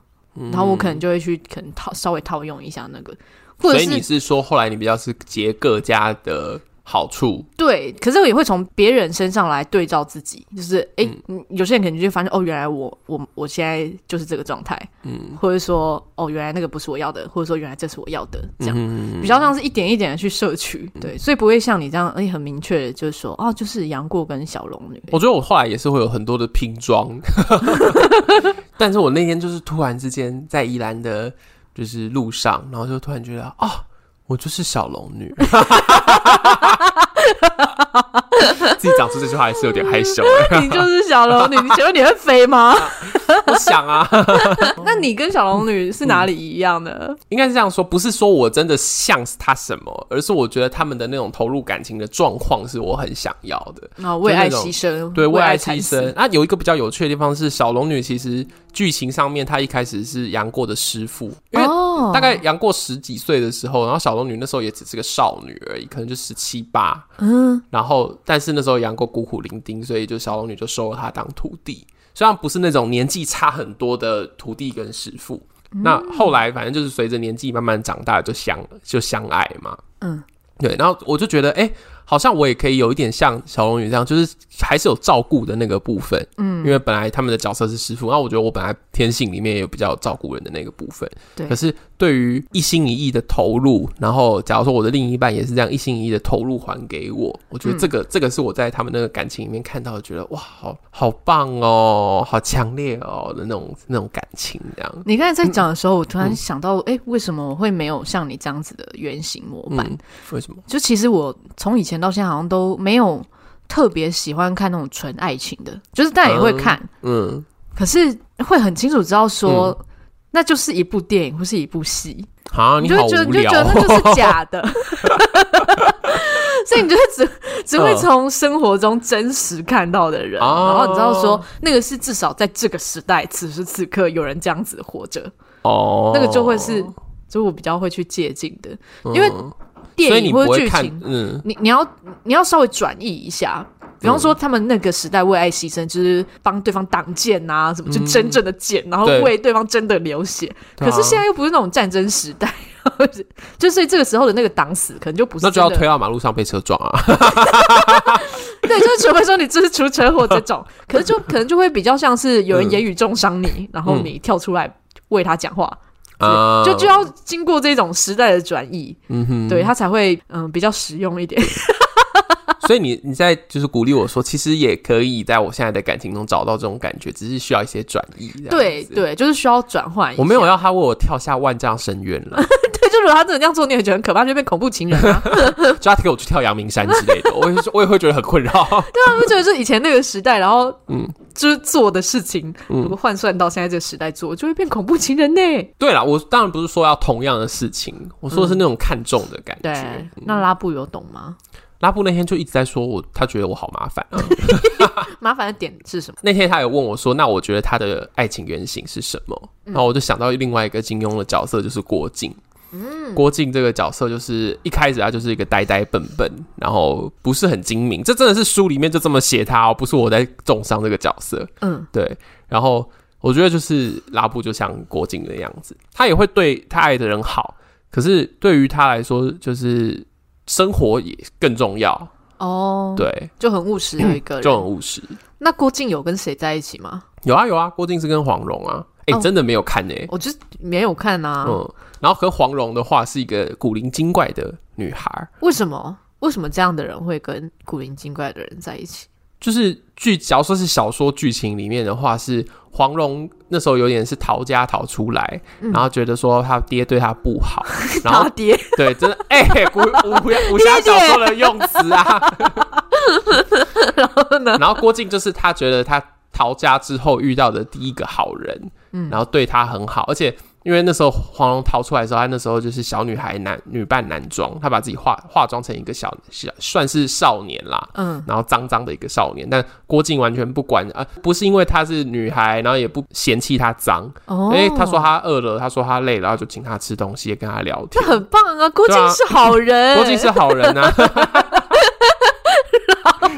[SPEAKER 2] 然后我可能就会去可能套稍微套用一下那个，或
[SPEAKER 1] 所
[SPEAKER 2] 者
[SPEAKER 1] 以你是
[SPEAKER 2] 是
[SPEAKER 1] 说后来你比较是结各家的好处，
[SPEAKER 2] 对，可是我也会从别人身上来对照自己，就是诶，嗯有些人可能就会发现哦，原来我我我现在就是这个状态，
[SPEAKER 1] 嗯，
[SPEAKER 2] 或者说哦，原来那个不是我要的，或者说原来这是我要的，这样、
[SPEAKER 1] 嗯
[SPEAKER 2] 比较像是一点一点的去摄取，对，所以不会像你这样，哎、很明确的就是说哦，就是杨过跟小龙女，
[SPEAKER 1] 我觉得我后来也是会有很多的拼装， 但是我那天就是突然之间在宜兰的，就是路上，然后就突然觉得啊、我就是小龙女， 自己讲出这句话还是有点害羞。 欸
[SPEAKER 2] 你就是小龙女，你请问你会飞吗？
[SPEAKER 1] 我想啊，
[SPEAKER 2] 那你跟小龙女是哪里一样的？
[SPEAKER 1] 应该是这样说，不是说我真的像他什么，而是我觉得他们的那种投入感情的状况是我很想要的。
[SPEAKER 2] 啊、为爱牺牲，
[SPEAKER 1] 对，嗯为
[SPEAKER 2] 为
[SPEAKER 1] 爱
[SPEAKER 2] 惨
[SPEAKER 1] 牺
[SPEAKER 2] 死
[SPEAKER 1] 牲。，那有一个比较有趣的地方是，小龙女其实剧情上面她一开始是杨过的师傅，因为
[SPEAKER 2] 哦
[SPEAKER 1] 大概杨过十几岁的时候，然后小龙女那时候也只是个少女而已，可能就十七八。
[SPEAKER 2] 嗯，
[SPEAKER 1] 然后，但是那时候杨过孤苦伶仃，所以就小龙女就收了他当徒弟。虽然不是那种年纪差很多的徒弟跟师傅，那后来反正就是随着年纪慢慢长大，就相就相爱嘛。
[SPEAKER 2] 嗯，
[SPEAKER 1] 对。然后我就觉得，哎、好像我也可以有一点像小龙女这样，就是还是有照顾的那个部分。嗯，因为本来他们的角色是师傅，那我觉得我本来天性里面也有比较照顾人的那个部分。
[SPEAKER 2] 对
[SPEAKER 1] 可是对于一心一意的投入，然后假如说我的另一半也是这样一心一意的投入还给我，我觉得这个、
[SPEAKER 2] 嗯
[SPEAKER 1] 这个是我在他们那个感情里面看到的，觉得哇，好好棒哦，好强烈哦的那种那种感情，这样。
[SPEAKER 2] 你刚才在讲的时候，我突
[SPEAKER 1] 嗯
[SPEAKER 2] 然想到，哎、为什么我会没有像你这样子的原型模板？
[SPEAKER 1] 嗯，为什么？
[SPEAKER 2] 就其实我从以前到现在好像都没有特别喜欢看那种纯爱情的，就是但也会看，
[SPEAKER 1] 嗯，
[SPEAKER 2] 可是会很清楚知道说。那就是一部电影或是一部戏，
[SPEAKER 1] 啊，
[SPEAKER 2] 你就
[SPEAKER 1] 好
[SPEAKER 2] 会觉得
[SPEAKER 1] 无
[SPEAKER 2] 你就
[SPEAKER 1] 聊
[SPEAKER 2] 觉得那就是假的， 所以你就会只只会
[SPEAKER 1] 嗯
[SPEAKER 2] 从生活中真实看到的人，
[SPEAKER 1] 哦
[SPEAKER 2] 然后你知道说那个是至少在这个时代此时此刻有人这样子活着，
[SPEAKER 1] 哦，
[SPEAKER 2] 那个就会是，就我比较会去借鉴的
[SPEAKER 1] 嗯，
[SPEAKER 2] 因为
[SPEAKER 1] 所
[SPEAKER 2] 电
[SPEAKER 1] 以你
[SPEAKER 2] 影
[SPEAKER 1] 不
[SPEAKER 2] 或者
[SPEAKER 1] 会
[SPEAKER 2] 剧
[SPEAKER 1] 看
[SPEAKER 2] 情，，
[SPEAKER 1] 嗯
[SPEAKER 2] 你你要你要稍微转译一下。比方说，他们那个时代为爱牺牲，就是帮对方挡箭啊，什么就真正的箭，然后
[SPEAKER 1] 对
[SPEAKER 2] 为对方真的流血。
[SPEAKER 1] 对啊
[SPEAKER 2] 可是现在又不是那种战争时代， 就是这个时候的那个挡死，可能就不是
[SPEAKER 1] 那就要
[SPEAKER 2] 真的
[SPEAKER 1] 推到马路上被车撞啊，
[SPEAKER 2] 对，就是除非说你这是出车祸这 种，可是就可能就会比较像是有人言语重伤你，然后你跳出来为他讲话，
[SPEAKER 1] 啊，
[SPEAKER 2] 就就要经过这种时代的转移，
[SPEAKER 1] 嗯哼，
[SPEAKER 2] 对他才会嗯比较实用一点。
[SPEAKER 1] 所以你你在就是鼓励我说，其实也可以在我现在的感情中找到这种感觉，只是需要一些转移。这样子
[SPEAKER 2] 对，对，就是需要转换一下。
[SPEAKER 1] 我没有要他为我跳下万丈深渊 了，
[SPEAKER 2] 对，就如果他真的这样做，你也觉得很可怕，就变恐怖情人 啊。
[SPEAKER 1] 就他给我去跳阳明山之类的，我也是 我也会觉得很困扰。
[SPEAKER 2] 对啊，我就觉得是以前那个时代，然后
[SPEAKER 1] 嗯
[SPEAKER 2] 嗯，就是做的事情，如果换算到现在这个时代做，就会变恐怖情人呢。
[SPEAKER 1] 对啦，我当然不是说要同样的事情，我说的是那种看重的感觉。
[SPEAKER 2] 嗯对，那拉布有懂吗？
[SPEAKER 1] 拉布那天就一直在说我，他觉得我好麻烦、啊。
[SPEAKER 2] 麻烦的点是什么？
[SPEAKER 1] 那天他有问我说，那我觉得他的爱情原型是什么？然后我就想到另外一个金庸的角色，就是郭靖。郭靖这个角色就是一开始他就是一个呆呆笨笨，然后不是很精明，这真的是书里面就这么写他哦，不是我在重伤这个角色。
[SPEAKER 2] 嗯，
[SPEAKER 1] 对，然后我觉得就是拉布就像郭靖的样子，他也会对他爱的人好，可是对于他来说，就是生活也更重要。
[SPEAKER 2] 哦，，
[SPEAKER 1] 对，
[SPEAKER 2] 就很务实的一个人。
[SPEAKER 1] 就很务实。
[SPEAKER 2] 那郭靖有跟谁在一起吗？
[SPEAKER 1] 有啊有啊，郭靖是跟黄蓉啊，哎、
[SPEAKER 2] 哦
[SPEAKER 1] 真的没有看呢、
[SPEAKER 2] 我就没有看啊。
[SPEAKER 1] 嗯，然后和黄蓉的话是一个古灵精怪的女孩，
[SPEAKER 2] 为什么？为什么这样的人会跟古灵精怪的人在一起？
[SPEAKER 1] 就是剧，假如说是小说剧情里面的话，是黄蓉那时候有点是逃家逃出来，
[SPEAKER 2] 嗯
[SPEAKER 1] 然后觉得说他爹对她不 好，然后
[SPEAKER 2] 他爹，
[SPEAKER 1] 对，真的哎、古武武侠小说的用词啊，
[SPEAKER 2] 然后呢？
[SPEAKER 1] 然后郭靖就是他觉得他逃家之后遇到的第一个好人，嗯，然后对他很好，而且因为那时候黄蓉逃出来的时候，她那时候就是小女孩男女扮男装，她把自己化化妆成一个小小算是少年啦。
[SPEAKER 2] 嗯，
[SPEAKER 1] 然后脏脏的一个少年，但郭靖完全不管啊、不是因为她是女孩，然后也不嫌弃她脏，
[SPEAKER 2] 哦，
[SPEAKER 1] 因为他说他饿了，他说他累了，然后就请他吃东西，也跟他聊
[SPEAKER 2] 这
[SPEAKER 1] 天。
[SPEAKER 2] 很棒啊，郭靖
[SPEAKER 1] 对啊
[SPEAKER 2] 是好 人，
[SPEAKER 1] 郭靖是好人啊。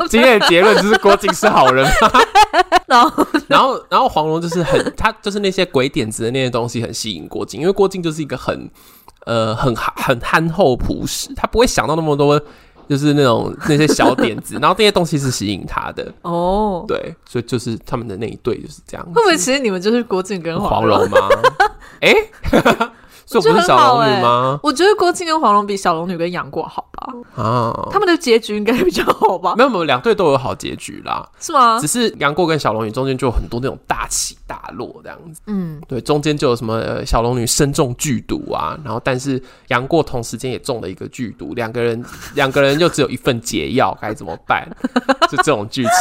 [SPEAKER 1] 今天的结论就是郭靖是好人啊吗？
[SPEAKER 2] 然后
[SPEAKER 1] 然后，然后黄蓉就是很，他就是那些鬼点子的那些东西很吸引郭靖，因为郭靖就是一个很，呃，很很憨厚朴实，他不会想到那么多就是那种那些小点子，然后这些东西是吸引他的，
[SPEAKER 2] 哦，
[SPEAKER 1] 对，所以就是他们的那一对就是这样子。
[SPEAKER 2] 会不会其实你们就是郭靖跟
[SPEAKER 1] 黄
[SPEAKER 2] 蓉？
[SPEAKER 1] 蓉 吗？哎、所以我不是小龙女吗？
[SPEAKER 2] 我觉得郭靖跟黄蓉比小龙女跟杨过好吧，
[SPEAKER 1] 啊，
[SPEAKER 2] 他们的结局应该比较好吧？
[SPEAKER 1] 没有没有，两队都有好结局啦。
[SPEAKER 2] 是吗
[SPEAKER 1] 只？是杨过跟小龙女中间就有很多那种大起大落这样子，
[SPEAKER 2] 嗯，
[SPEAKER 1] 对，中间就有什么、呃、小龙女身中剧毒啊，然后但是杨过同时间也中了一个剧毒，两个人 两个人又只有一份解药，该怎么 办？就这种剧情，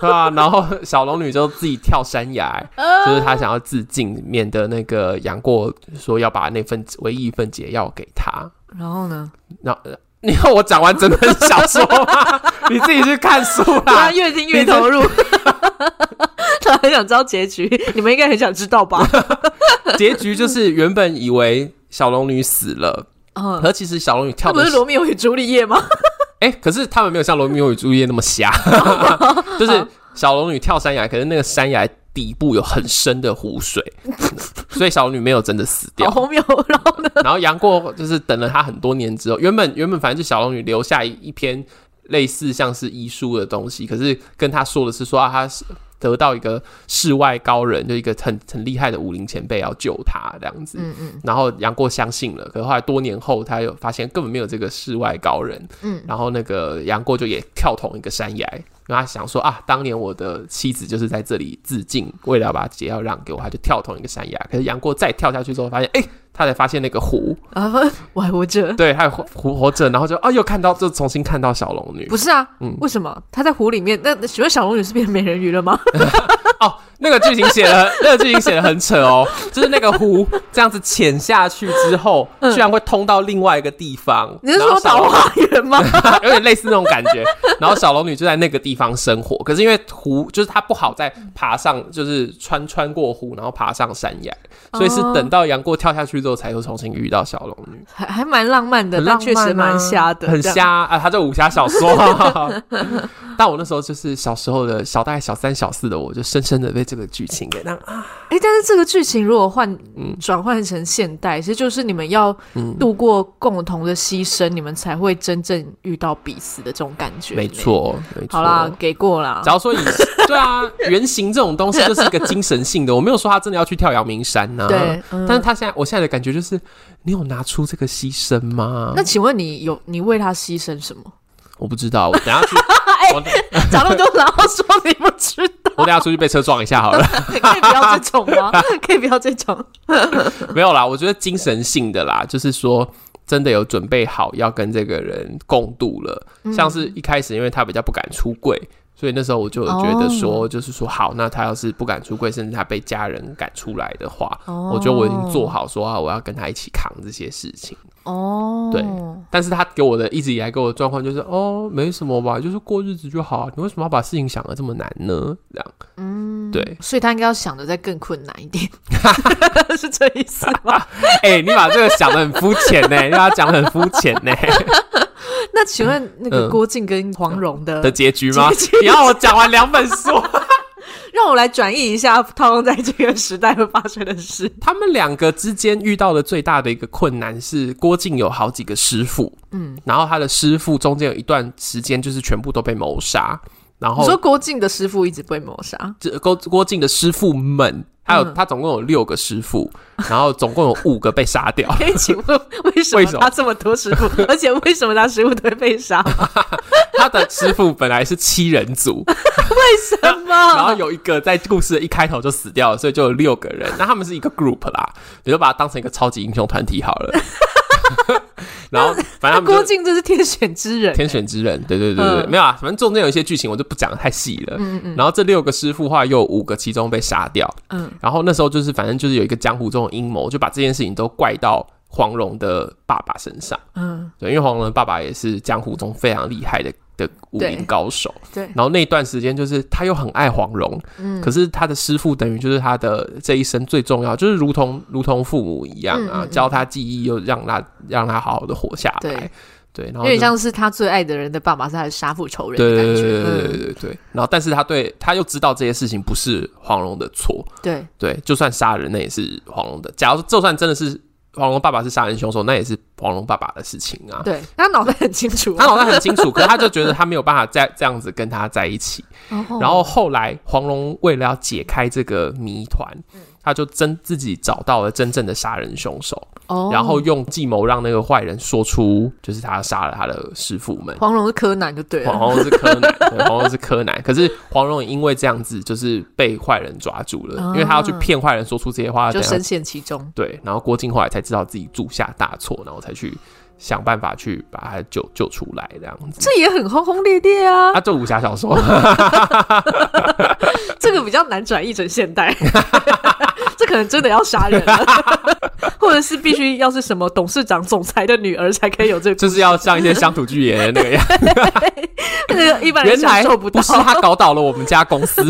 [SPEAKER 1] 对啊，然后小龙女就自己跳山崖、
[SPEAKER 2] 哦
[SPEAKER 1] 就是她想要自尽，免得那个杨过说要把那份唯一一份解药给她，
[SPEAKER 2] 然后呢？
[SPEAKER 1] 然后。呃你要我讲完整本小说吗？ 你自己去看书
[SPEAKER 2] 大
[SPEAKER 1] 啦
[SPEAKER 2] 家。啊越听越投入，他 很想知道结局，你们应该很想知道吧？
[SPEAKER 1] 结局就是原本以为小龙女死了，
[SPEAKER 2] 嗯，
[SPEAKER 1] 可其实小龙女跳
[SPEAKER 2] 那不
[SPEAKER 1] 的
[SPEAKER 2] 是罗密欧与朱丽叶吗？
[SPEAKER 1] 哎、可是他们没有像罗密欧与朱丽叶那么 瞎，就是小龙女跳山崖，可是那个山崖底部有很深的湖水， 所以小龙女没有真的死掉
[SPEAKER 2] 好。荒谬！然后呢？
[SPEAKER 1] 然后杨过就是等了她很多年之后，原本原本反正就小龙女留下一一篇类似像是医书的东西，可是跟她说的是说啊，她是得到一个世外高人，就一个很很厉害的武林前辈要救她这样子。
[SPEAKER 2] 嗯嗯
[SPEAKER 1] 然后杨过相信了，可是后来多年后，他有发现根本没有这个世外高人，
[SPEAKER 2] 嗯，
[SPEAKER 1] 然后那个杨过就也跳同一个山崖，然后他想说啊，当年我的妻子就是在这里自尽，为了要把解药让给我，他就跳同一个山崖。可是杨过再跳下去之后，发现哎、他才发现那个湖，
[SPEAKER 2] 啊， 我还活着。
[SPEAKER 1] 对，还有湖湖活着，然后就啊又看到，就重新看到小龙女
[SPEAKER 2] 不是啊，
[SPEAKER 1] 嗯
[SPEAKER 2] 为什么他在湖里面？那那请问小龙女是变美人鱼了吗？
[SPEAKER 1] 哦，那个剧情写 的，那个剧情写的很扯哦，就是那个湖这样子潜下去之后，居然会通到另外一个地方。
[SPEAKER 2] 嗯你是
[SPEAKER 1] 然后
[SPEAKER 2] 说
[SPEAKER 1] 小龙
[SPEAKER 2] 桃花源吗？
[SPEAKER 1] 有点类似那种感觉。然后小龙女就在那个地方生活，可是因为湖就是她不好再爬上，就是穿穿过湖，然后爬上山崖，所以是
[SPEAKER 2] 哦
[SPEAKER 1] 等到杨过跳下去之后，才又重新遇到小龙女，
[SPEAKER 2] 还还蛮浪漫的，
[SPEAKER 1] 很浪
[SPEAKER 2] 但
[SPEAKER 1] 漫啊
[SPEAKER 2] 确实蛮瞎的，
[SPEAKER 1] 很
[SPEAKER 2] 这样。
[SPEAKER 1] 瞎啊！她叫武侠小说。 但我那时候就是小时候的小大概小三小四的我，就深深的被这个剧情给那啊，
[SPEAKER 2] 哎、但是这个剧情如果换
[SPEAKER 1] 嗯
[SPEAKER 2] 转换成现代，其实就是你们要度过共同的牺牲，你们才会真正遇到彼此的这种感觉。
[SPEAKER 1] 没，错，没错。
[SPEAKER 2] 好啦，给过啦
[SPEAKER 1] 只。要说以对啊，原型这种东西就是一个精神性的，我没有说他真的要去跳阳明山呐、
[SPEAKER 2] 对嗯
[SPEAKER 1] 但是他现在我现在的感觉就是，你有拿出这个牺牲吗？
[SPEAKER 2] 那请问你有你为他牺牲什么？
[SPEAKER 1] 我不知道，我等下去，
[SPEAKER 2] 哎
[SPEAKER 1] 我
[SPEAKER 2] 讲那么多，然后说你不知道，
[SPEAKER 1] 我等下出去被车撞一下好了。
[SPEAKER 2] 可以不要这种吗？ 可以不要这种？
[SPEAKER 1] 没有啦，我觉得精神性的啦，就是说真的有准备好要跟这个人共度了。像是一开始，因为他比较不敢出柜，所以那时候我就有觉得说，就是说好，那他要是不敢出柜，甚至他被家人赶出来的话，
[SPEAKER 2] 哦
[SPEAKER 1] 我觉得我已经做好说啊，我要跟他一起扛这些事情。
[SPEAKER 2] 哦，
[SPEAKER 1] 对但是他给我的一直以来给我的状况就是，哦，没什么吧，就是过日子就好啊。你为什么要把事情想的这么难呢？这样，嗯，对，
[SPEAKER 2] 所以他应该要想的再更困难一 点，是这意思吗？
[SPEAKER 1] 哎、你把这个想的很肤浅呢，你把它讲的很肤浅呢
[SPEAKER 2] 那请问那个
[SPEAKER 1] 嗯
[SPEAKER 2] 郭靖跟黄蓉的
[SPEAKER 1] 的结局吗
[SPEAKER 2] 结局？
[SPEAKER 1] 你要我讲完两本书，
[SPEAKER 2] 让我来转译一下套用在这个时代会发生的事。
[SPEAKER 1] 他们两个之间遇到的最大的一个困难是，郭靖有好几个师傅，嗯，然后他的师傅中间有一段时间就是全部都被谋杀，然后
[SPEAKER 2] 你说郭靖的师傅一直被谋 杀，
[SPEAKER 1] 这郭郭靖的师傅们，还有、
[SPEAKER 2] 嗯
[SPEAKER 1] 他总共有六个师傅，然后总共有五个被杀掉。
[SPEAKER 2] 可以请问为什
[SPEAKER 1] 为
[SPEAKER 2] 么
[SPEAKER 1] 什么
[SPEAKER 2] 他这么多 师傅，而且为什么他师傅都会被杀？
[SPEAKER 1] 他的师傅本来是七人 组，
[SPEAKER 2] 为什
[SPEAKER 1] 然后
[SPEAKER 2] 么？
[SPEAKER 1] 有一个在故事的一开头就死掉了，所以就有六个人。那他们是一个 group 啦，你就把它当成一个超级英雄团体好 了。然后反正他们
[SPEAKER 2] 郭
[SPEAKER 1] 就
[SPEAKER 2] 靖这是天选之人，
[SPEAKER 1] 天选之人，对对对对，
[SPEAKER 2] 嗯
[SPEAKER 1] 没有啊，反正中间有一些剧情我就不讲的太细了。然后这六个师傅话又有五个其中被杀掉，
[SPEAKER 2] 嗯
[SPEAKER 1] 然后那时候就是反正就是有一个江湖中的阴谋，就把这件事情都怪到黄蓉的爸爸身上。
[SPEAKER 2] 嗯，
[SPEAKER 1] 对，因为黄蓉的爸爸也是江湖中非常厉害的的武
[SPEAKER 2] 对
[SPEAKER 1] 林高手。
[SPEAKER 2] 对，
[SPEAKER 1] 然后那段时间就是他又很爱黄蓉，
[SPEAKER 2] 嗯
[SPEAKER 1] 可是他的师傅等于就是他的这一生最重要，就是如同如同父母一样啊，
[SPEAKER 2] 嗯嗯嗯
[SPEAKER 1] 教他技艺，又让他让他好好的活下来
[SPEAKER 2] 对。
[SPEAKER 1] 对，然
[SPEAKER 2] 有
[SPEAKER 1] 后
[SPEAKER 2] 点
[SPEAKER 1] 就
[SPEAKER 2] 像是他最爱的人的爸爸是他的杀父仇人
[SPEAKER 1] 对
[SPEAKER 2] 的
[SPEAKER 1] 对
[SPEAKER 2] 感觉。
[SPEAKER 1] 对对对
[SPEAKER 2] 嗯
[SPEAKER 1] 对对。然后，但是他对他又知道这些事情不是黄蓉的错，
[SPEAKER 2] 对
[SPEAKER 1] 对，就算杀人那也是黄蓉的。假如就算真的是黄蓉爸爸是杀人凶手，那也是黄蓉爸爸的事情啊。
[SPEAKER 2] 对，他脑袋很清楚啊
[SPEAKER 1] 他。脑袋很清楚，可是他就觉得他没有办法再这样子跟他在一起。
[SPEAKER 2] 然后
[SPEAKER 1] 然后后来黄蓉为了要解开这个谜团，他就真自己找到了真正的杀人凶手，
[SPEAKER 2] 哦
[SPEAKER 1] 然后用计谋让那个坏人说出就是他杀了他的师傅们。
[SPEAKER 2] 黄蓉是柯南就对啊
[SPEAKER 1] 黄
[SPEAKER 2] 了，
[SPEAKER 1] 黄蓉是柯南，对黄蓉是柯南。可是黄蓉也因为这样子，就是被坏人抓住了，因为他要去骗坏人说出这些话，
[SPEAKER 2] 哦就
[SPEAKER 1] 等下
[SPEAKER 2] 深陷其中。
[SPEAKER 1] 对。然后郭靖后来才知道自己铸下大错，然后才去想办法去把他救救出来，这样子。
[SPEAKER 2] 这也很轰轰烈烈啊，
[SPEAKER 1] 啊，这武侠小说，
[SPEAKER 2] 这个比较难转译成现代， 这可能真的要杀人了， 或者是必须要是什么董事长、总裁的女儿才可以有这个，
[SPEAKER 1] 就是要像一些乡土剧演的那个样。
[SPEAKER 2] 这个一般人
[SPEAKER 1] 原
[SPEAKER 2] 享
[SPEAKER 1] 来
[SPEAKER 2] 受不到
[SPEAKER 1] 不，是他搞倒了我们家公司，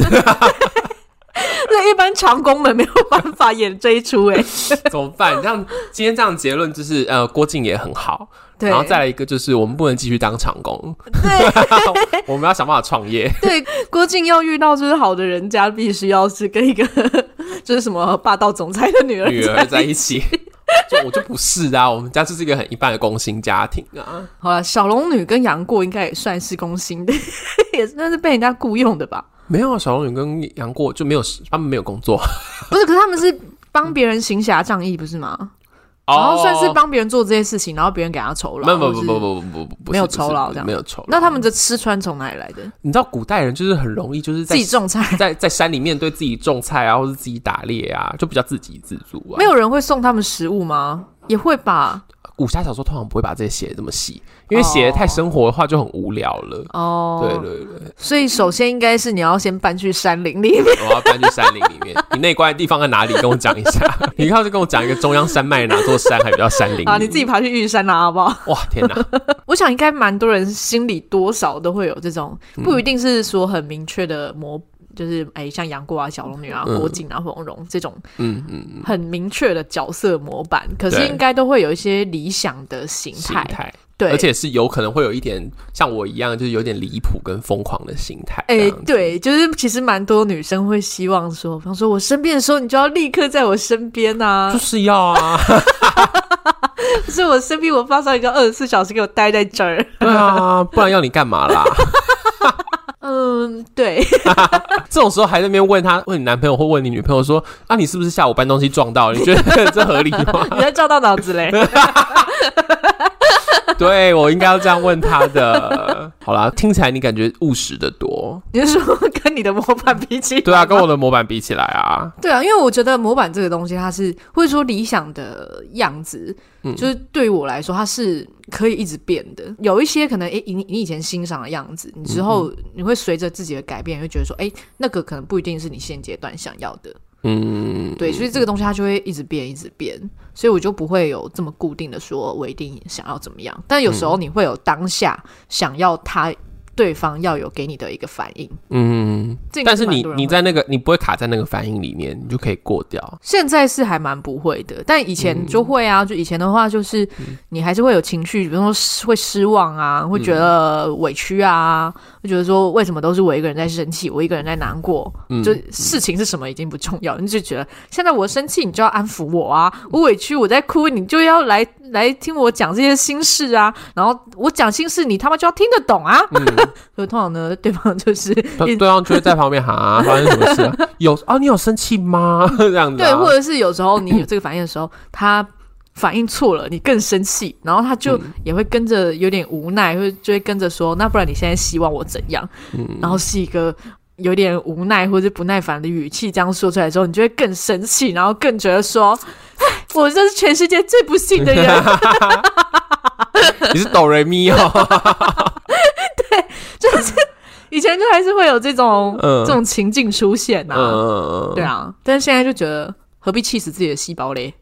[SPEAKER 2] 那一般长工们没有办法演这一出哎、
[SPEAKER 1] 怎么办？这样今天这样结论就是，呃，郭靖也很好，
[SPEAKER 2] 对
[SPEAKER 1] 然后再来一个就是我们不能继续当长工， 我们要想办法创业。
[SPEAKER 2] 对，郭靖要遇到就是好的人家，必须要是跟一个 就是什么霸道总裁的女儿
[SPEAKER 1] 女儿在一起。就我就不是啊，我们家就是一个很一般的工薪家庭啊。
[SPEAKER 2] 好了，小龙女跟杨过应该也算是工薪的， 也算是被人家雇佣的吧？
[SPEAKER 1] 没有啊，小龙女跟杨过就没有，他们没有工作，
[SPEAKER 2] 不是，可是他们是帮别人行侠仗义，不是吗？然后哦算是。帮别人做这些事情，然后别人给他酬劳。
[SPEAKER 1] 哦没有没有
[SPEAKER 2] 或
[SPEAKER 1] 不
[SPEAKER 2] 是
[SPEAKER 1] 不不不不不，
[SPEAKER 2] 没有酬劳
[SPEAKER 1] 不是
[SPEAKER 2] 这样
[SPEAKER 1] 没有酬劳。
[SPEAKER 2] 那他们的吃穿从哪里来的？
[SPEAKER 1] 你知道古代人就是很容易就是
[SPEAKER 2] 自
[SPEAKER 1] 在
[SPEAKER 2] 己种菜，
[SPEAKER 1] 在在山里面对自己种菜啊，或是自己打猎啊，就比较自给自足啊。
[SPEAKER 2] 没有人会送他们食物吗？也会吧。
[SPEAKER 1] 武侠小说通常不会把这些写的这么细，因为
[SPEAKER 2] 哦
[SPEAKER 1] 写的太生活的话就很无聊了。
[SPEAKER 2] 哦，
[SPEAKER 1] 对对对，
[SPEAKER 2] 所以首先应该是你要先搬去山林里面，
[SPEAKER 1] 我要搬去山林里面。你内关的地方在哪里？跟我讲一 下。你要是跟我讲一个中央山脉哪座山还比较山林里
[SPEAKER 2] 啊，你自己爬去玉山啦、好不 好？
[SPEAKER 1] 哇，天哪！
[SPEAKER 2] 我想应该蛮多人心里多少都会有这种，
[SPEAKER 1] 嗯
[SPEAKER 2] 不一定是说很明确的模，就是哎、像杨过啊、小龙女啊、
[SPEAKER 1] 嗯
[SPEAKER 2] 郭靖啊、黄蓉这种
[SPEAKER 1] 嗯嗯，
[SPEAKER 2] 很明确的角色模板，可是
[SPEAKER 1] 对
[SPEAKER 2] 应该都会有一些理想的形
[SPEAKER 1] 心
[SPEAKER 2] 态。
[SPEAKER 1] 态，
[SPEAKER 2] 对，
[SPEAKER 1] 而且是有可能会有一点像我一样，就是有点离谱跟疯狂的心态。
[SPEAKER 2] 哎、
[SPEAKER 1] 这样子，
[SPEAKER 2] 对，就是其实蛮多女生会希望说，比方说我生病的时候，你就要立刻在我身边呐、
[SPEAKER 1] 就是要啊，
[SPEAKER 2] 可 是我生病，我发烧，你就二十四小时给我待在这儿。
[SPEAKER 1] 对啊，不然要你干嘛啦？
[SPEAKER 2] 嗯， 对，
[SPEAKER 1] 这种时候还在那边问他，问你男朋友或问你女朋友说啊，你是不是下午搬东西撞到？你觉得这合理吗？
[SPEAKER 2] 你在照到脑子
[SPEAKER 1] 啊
[SPEAKER 2] 嘞。
[SPEAKER 1] 对我应该要这样问他的。好啦，听起来你感觉务实的多，
[SPEAKER 2] 你是说跟你的模板比起来？
[SPEAKER 1] 对啊，跟我的模板比起来啊，
[SPEAKER 2] 对啊，因为我觉得模板这个东西，它是或者说理想的样子，
[SPEAKER 1] 嗯
[SPEAKER 2] 就是对于我来说，它是可以一直变的。有一些可能，诶、你你以前欣赏的样子，你
[SPEAKER 1] 嗯
[SPEAKER 2] 之后你会随着自己的改变，你会觉得说，诶、那个可能不一定是你现阶段想要的。
[SPEAKER 1] 嗯，
[SPEAKER 2] 对，所以这个东西它就会一直变，一直变，所以我就不会有这么固定的说我一定想要怎么样。但有时
[SPEAKER 1] 嗯
[SPEAKER 2] 候你会有当下想要他对方要有给你的一个反应。
[SPEAKER 1] 嗯，
[SPEAKER 2] 这应该
[SPEAKER 1] 但是
[SPEAKER 2] 蛮
[SPEAKER 1] 你
[SPEAKER 2] 多人
[SPEAKER 1] 你
[SPEAKER 2] 会
[SPEAKER 1] 在那个你不会卡在那个反应里面，你就可以过掉。
[SPEAKER 2] 现在是还蛮不会的，但以前
[SPEAKER 1] 嗯
[SPEAKER 2] 就会啊。就以前的话，就是你还是会有情绪，比如说失会失望啊，会
[SPEAKER 1] 嗯
[SPEAKER 2] 觉得委屈啊，会觉得说为什么都是我一个人在生气，我一个人在难过。
[SPEAKER 1] 嗯
[SPEAKER 2] 就事情是什么已经不重要，你就觉得现在我生气，你就要安抚我啊；我委屈，我在哭，你就要来来听我讲这些心事啊。然后我讲心事，你他妈就要听得懂啊。 所以通常呢，对方就是
[SPEAKER 1] 啊对对方就会在旁边哈，发生什么事、啊？ 有啊，你有生气吗？ 这样子、啊，
[SPEAKER 2] 对，或者是有时候你有这个反应的时候，他反应错了，你更生气，然后他就
[SPEAKER 1] 嗯
[SPEAKER 2] 也会跟着有点无奈，会就会跟着说，那不然你现在希望我怎样？
[SPEAKER 1] 嗯
[SPEAKER 2] 然后是一个。有点无奈或者不耐烦的语气，这样说出来之后，你就会更生气，然后更觉得说：“ 唉我真是全世界最不幸的人。
[SPEAKER 1] 你是哆瑞咪哦，”
[SPEAKER 2] 以前就还是会有这种、
[SPEAKER 1] 嗯
[SPEAKER 2] 这种情境出现呐、啊，
[SPEAKER 1] 嗯，
[SPEAKER 2] 对啊。但是现在就觉得何必气死自己的细胞嘞？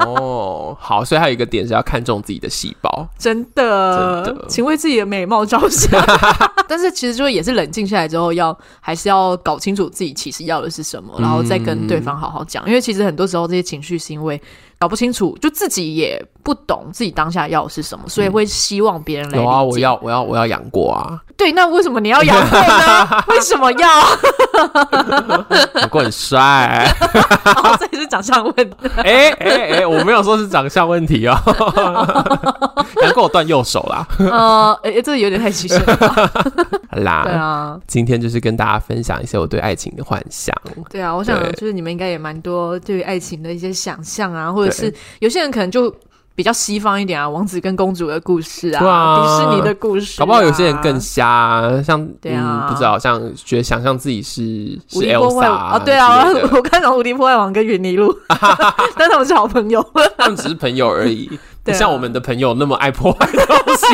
[SPEAKER 1] 哦，好，所以还有一个点是要看重自己的细胞，
[SPEAKER 2] 真的，
[SPEAKER 1] 真的
[SPEAKER 2] 请为自己的美貌着想。 但是其实就是也是冷静下来之后要，还是要搞清楚自己其实要的是什么，然后再跟对方好好讲。因为其实很多时候这些情绪是因为搞不清楚，就自己也不懂自己当下要的是什么，所以会希望别人来理
[SPEAKER 1] 有
[SPEAKER 2] 解。
[SPEAKER 1] 啊，我要我要我要杨过啊，
[SPEAKER 2] 对，那为什么你要养配呢？为什么要？
[SPEAKER 1] 不过很帅。
[SPEAKER 2] 然后这也是长相 问题。
[SPEAKER 1] 哎哎哎，我没有说是长相问题哦， 难怪我断右手啦。
[SPEAKER 2] 呃，诶、诶这个有点太极限了吧。
[SPEAKER 1] 好啦，
[SPEAKER 2] 对啊，
[SPEAKER 1] 今天就是跟大家分享一些我对爱情的幻想。
[SPEAKER 2] 对啊，我想
[SPEAKER 1] 对
[SPEAKER 2] 就是你们应该也蛮多对于爱情的一些想象啊，或者
[SPEAKER 1] 对
[SPEAKER 2] 是有些人可能就比较西方一点啊，王子跟公主的故事啊，
[SPEAKER 1] 对啊
[SPEAKER 2] 迪士尼的故事、啊，
[SPEAKER 1] 搞不好有些人更瞎、像、
[SPEAKER 2] 对啊
[SPEAKER 1] 嗯，不知道，像觉得想象自己是是
[SPEAKER 2] 无敌破
[SPEAKER 1] Elsa
[SPEAKER 2] 坏王啊，对啊，
[SPEAKER 1] 之类的
[SPEAKER 2] 我我看懂《无敌破坏王》跟《云泥 路》， 但他们是好朋友。
[SPEAKER 1] 他们只是朋友而已，不
[SPEAKER 2] 对啊
[SPEAKER 1] 像我们的朋友那么爱破坏东 西。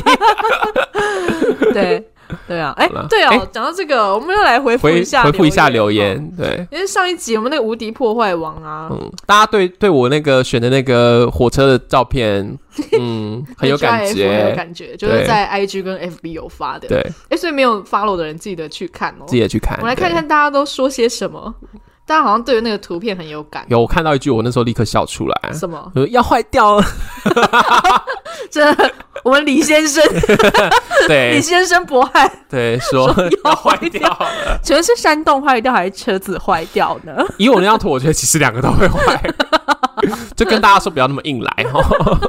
[SPEAKER 2] 对对啊，哎、
[SPEAKER 1] 好啦
[SPEAKER 2] 对
[SPEAKER 1] 哎
[SPEAKER 2] 哦，讲、到这个，我们又来回复
[SPEAKER 1] 回
[SPEAKER 2] 一下
[SPEAKER 1] 回复一下
[SPEAKER 2] 留
[SPEAKER 1] 留
[SPEAKER 2] 言哦。
[SPEAKER 1] 言，对，
[SPEAKER 2] 因为上一集我们那个无敌破坏王啊，
[SPEAKER 1] 嗯，大家对对我那个选的那个火车的照片， 嗯，很有
[SPEAKER 2] H I
[SPEAKER 1] 感
[SPEAKER 2] F 很有
[SPEAKER 1] 觉，
[SPEAKER 2] 感觉，就是
[SPEAKER 1] 对
[SPEAKER 2] 在 IG 跟 FB 有发的。
[SPEAKER 1] 对，
[SPEAKER 2] 哎、所以没有 follow 的人记得去看哦。
[SPEAKER 1] 自己也去看，
[SPEAKER 2] 我来看看大家都说些什么。大家好像对于那个图片很有感
[SPEAKER 1] 对。，有我看到一句，我那时候立刻笑出 来，
[SPEAKER 2] 什么？
[SPEAKER 1] 我说要坏掉了，
[SPEAKER 2] 这我们李先生，李
[SPEAKER 1] 对
[SPEAKER 2] 先生博爱，
[SPEAKER 1] 对，说 要坏掉了。
[SPEAKER 2] 请问是山洞坏掉还是车子坏掉 呢？
[SPEAKER 1] 以我那张图，我觉得其实两个都会坏， 就跟大家说不要那么硬来 哦。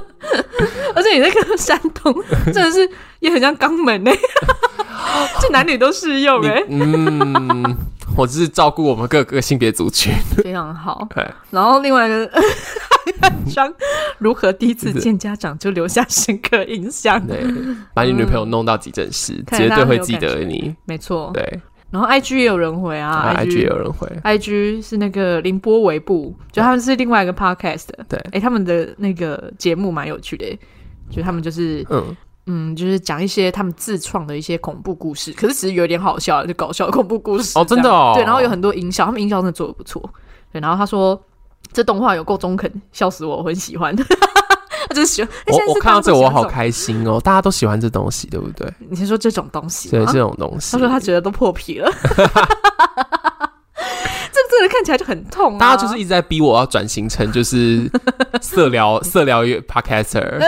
[SPEAKER 2] 而且你那个山 洞真的是也很像肛门呢、 这男女都适用
[SPEAKER 1] 你
[SPEAKER 2] 哎、
[SPEAKER 1] 嗯，我只是照顾我们各个性别族 群，哎
[SPEAKER 2] 非常好。
[SPEAKER 1] 对，
[SPEAKER 2] 然后另外一个 张如何第一次见家长就留下深刻印象，
[SPEAKER 1] 对，把你女朋友弄到急诊室，
[SPEAKER 2] 嗯看来
[SPEAKER 1] 绝
[SPEAKER 2] 大
[SPEAKER 1] 对
[SPEAKER 2] 家很
[SPEAKER 1] 会
[SPEAKER 2] 有
[SPEAKER 1] 记
[SPEAKER 2] 感
[SPEAKER 1] 得
[SPEAKER 2] 觉
[SPEAKER 1] 你。
[SPEAKER 2] 没错。
[SPEAKER 1] 对，
[SPEAKER 2] 然后 IG 也有人回啊
[SPEAKER 1] 啊，IG
[SPEAKER 2] ，IG
[SPEAKER 1] 有人会，
[SPEAKER 2] IG 是那个凌波微步，就他们是另外一个 podcast 的。
[SPEAKER 1] 对
[SPEAKER 2] 哎、他们的那个节目蛮有趣的、就他们就是
[SPEAKER 1] 嗯，
[SPEAKER 2] 嗯，就是讲一些他们自创的一些恐怖故事，可是其实有点好笑，就搞笑的恐怖故事
[SPEAKER 1] 哦真的
[SPEAKER 2] 这样
[SPEAKER 1] 哦
[SPEAKER 2] 对，然后有很多音效，他们音效真的做的不错。对，然后他说这动画有够中肯，笑死我，我很喜欢。 他就是喜欢，哎
[SPEAKER 1] 我
[SPEAKER 2] 现在
[SPEAKER 1] 我
[SPEAKER 2] 是
[SPEAKER 1] 看到
[SPEAKER 2] 大家
[SPEAKER 1] 这个
[SPEAKER 2] 都喜
[SPEAKER 1] 我
[SPEAKER 2] 欢
[SPEAKER 1] 好
[SPEAKER 2] 种。
[SPEAKER 1] 开心哦，大家都喜欢这东西，对不对？
[SPEAKER 2] 你是说这种东西
[SPEAKER 1] 对
[SPEAKER 2] 吗？
[SPEAKER 1] 这种东西，
[SPEAKER 2] 他说他觉得都破皮了， 这这个看起来就很痛、啊。
[SPEAKER 1] 大家就是一直在逼我要转型成就是 色聊色聊 podcaster，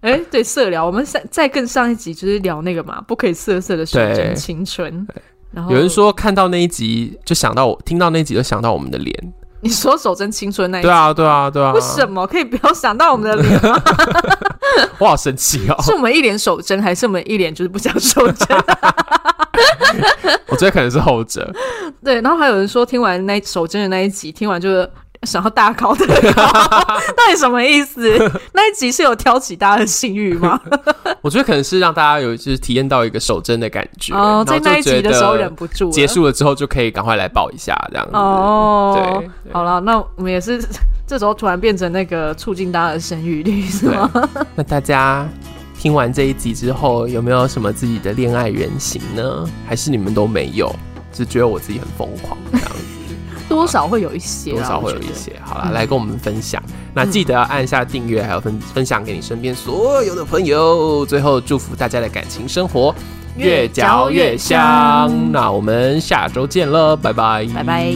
[SPEAKER 2] 哎、对，色聊，我们再再更上一集就是聊那个嘛，不可以色色的纯真
[SPEAKER 1] 对
[SPEAKER 2] 青春。然后
[SPEAKER 1] 有人说看到那一集就想到我，听到那一集就想到我们的脸，
[SPEAKER 2] 你说手真青春那一集，
[SPEAKER 1] 对啊对啊对啊，
[SPEAKER 2] 为什么可以不要想到我们的 脸？
[SPEAKER 1] 我好生气 哦！
[SPEAKER 2] 是我们一脸手真，还是我们一脸就是不想手 真？
[SPEAKER 1] 我觉得可能是后者，
[SPEAKER 2] 对，然后还有人说听完那手真的那一集，听完就是。想要大考特 考，到底什么意思？那一集是有挑起大家的性欲吗？
[SPEAKER 1] 我觉得可能是让大家有就是体验到一个手真的感 觉，
[SPEAKER 2] 哦，
[SPEAKER 1] 然
[SPEAKER 2] 在
[SPEAKER 1] 后就
[SPEAKER 2] 那一集
[SPEAKER 1] 觉
[SPEAKER 2] 的
[SPEAKER 1] 得
[SPEAKER 2] 时候忍不住了
[SPEAKER 1] 结束了之后就可以赶快来抱一下这样子。
[SPEAKER 2] 哦。
[SPEAKER 1] 对
[SPEAKER 2] 好了，那我们也是这时候突然变成那个促进大家的生育率是吗？
[SPEAKER 1] 对，那大家听完这一集之后，有没有什么自己的恋爱原型呢？还是你们都没有，只觉得我自己很疯狂这样子？
[SPEAKER 2] 多少会有一些啦，
[SPEAKER 1] 多少会有
[SPEAKER 2] 我觉
[SPEAKER 1] 一
[SPEAKER 2] 得。
[SPEAKER 1] 些。好啦，
[SPEAKER 2] 嗯
[SPEAKER 1] 来跟我们分享。那记得要按下订阅，还有分分享给你身边所有的朋友。最后祝福大家的感情生活
[SPEAKER 2] 越
[SPEAKER 1] 越嚼
[SPEAKER 2] 嚼越
[SPEAKER 1] 越香
[SPEAKER 2] 香。
[SPEAKER 1] 那我们下周见了，拜拜，
[SPEAKER 2] 拜拜。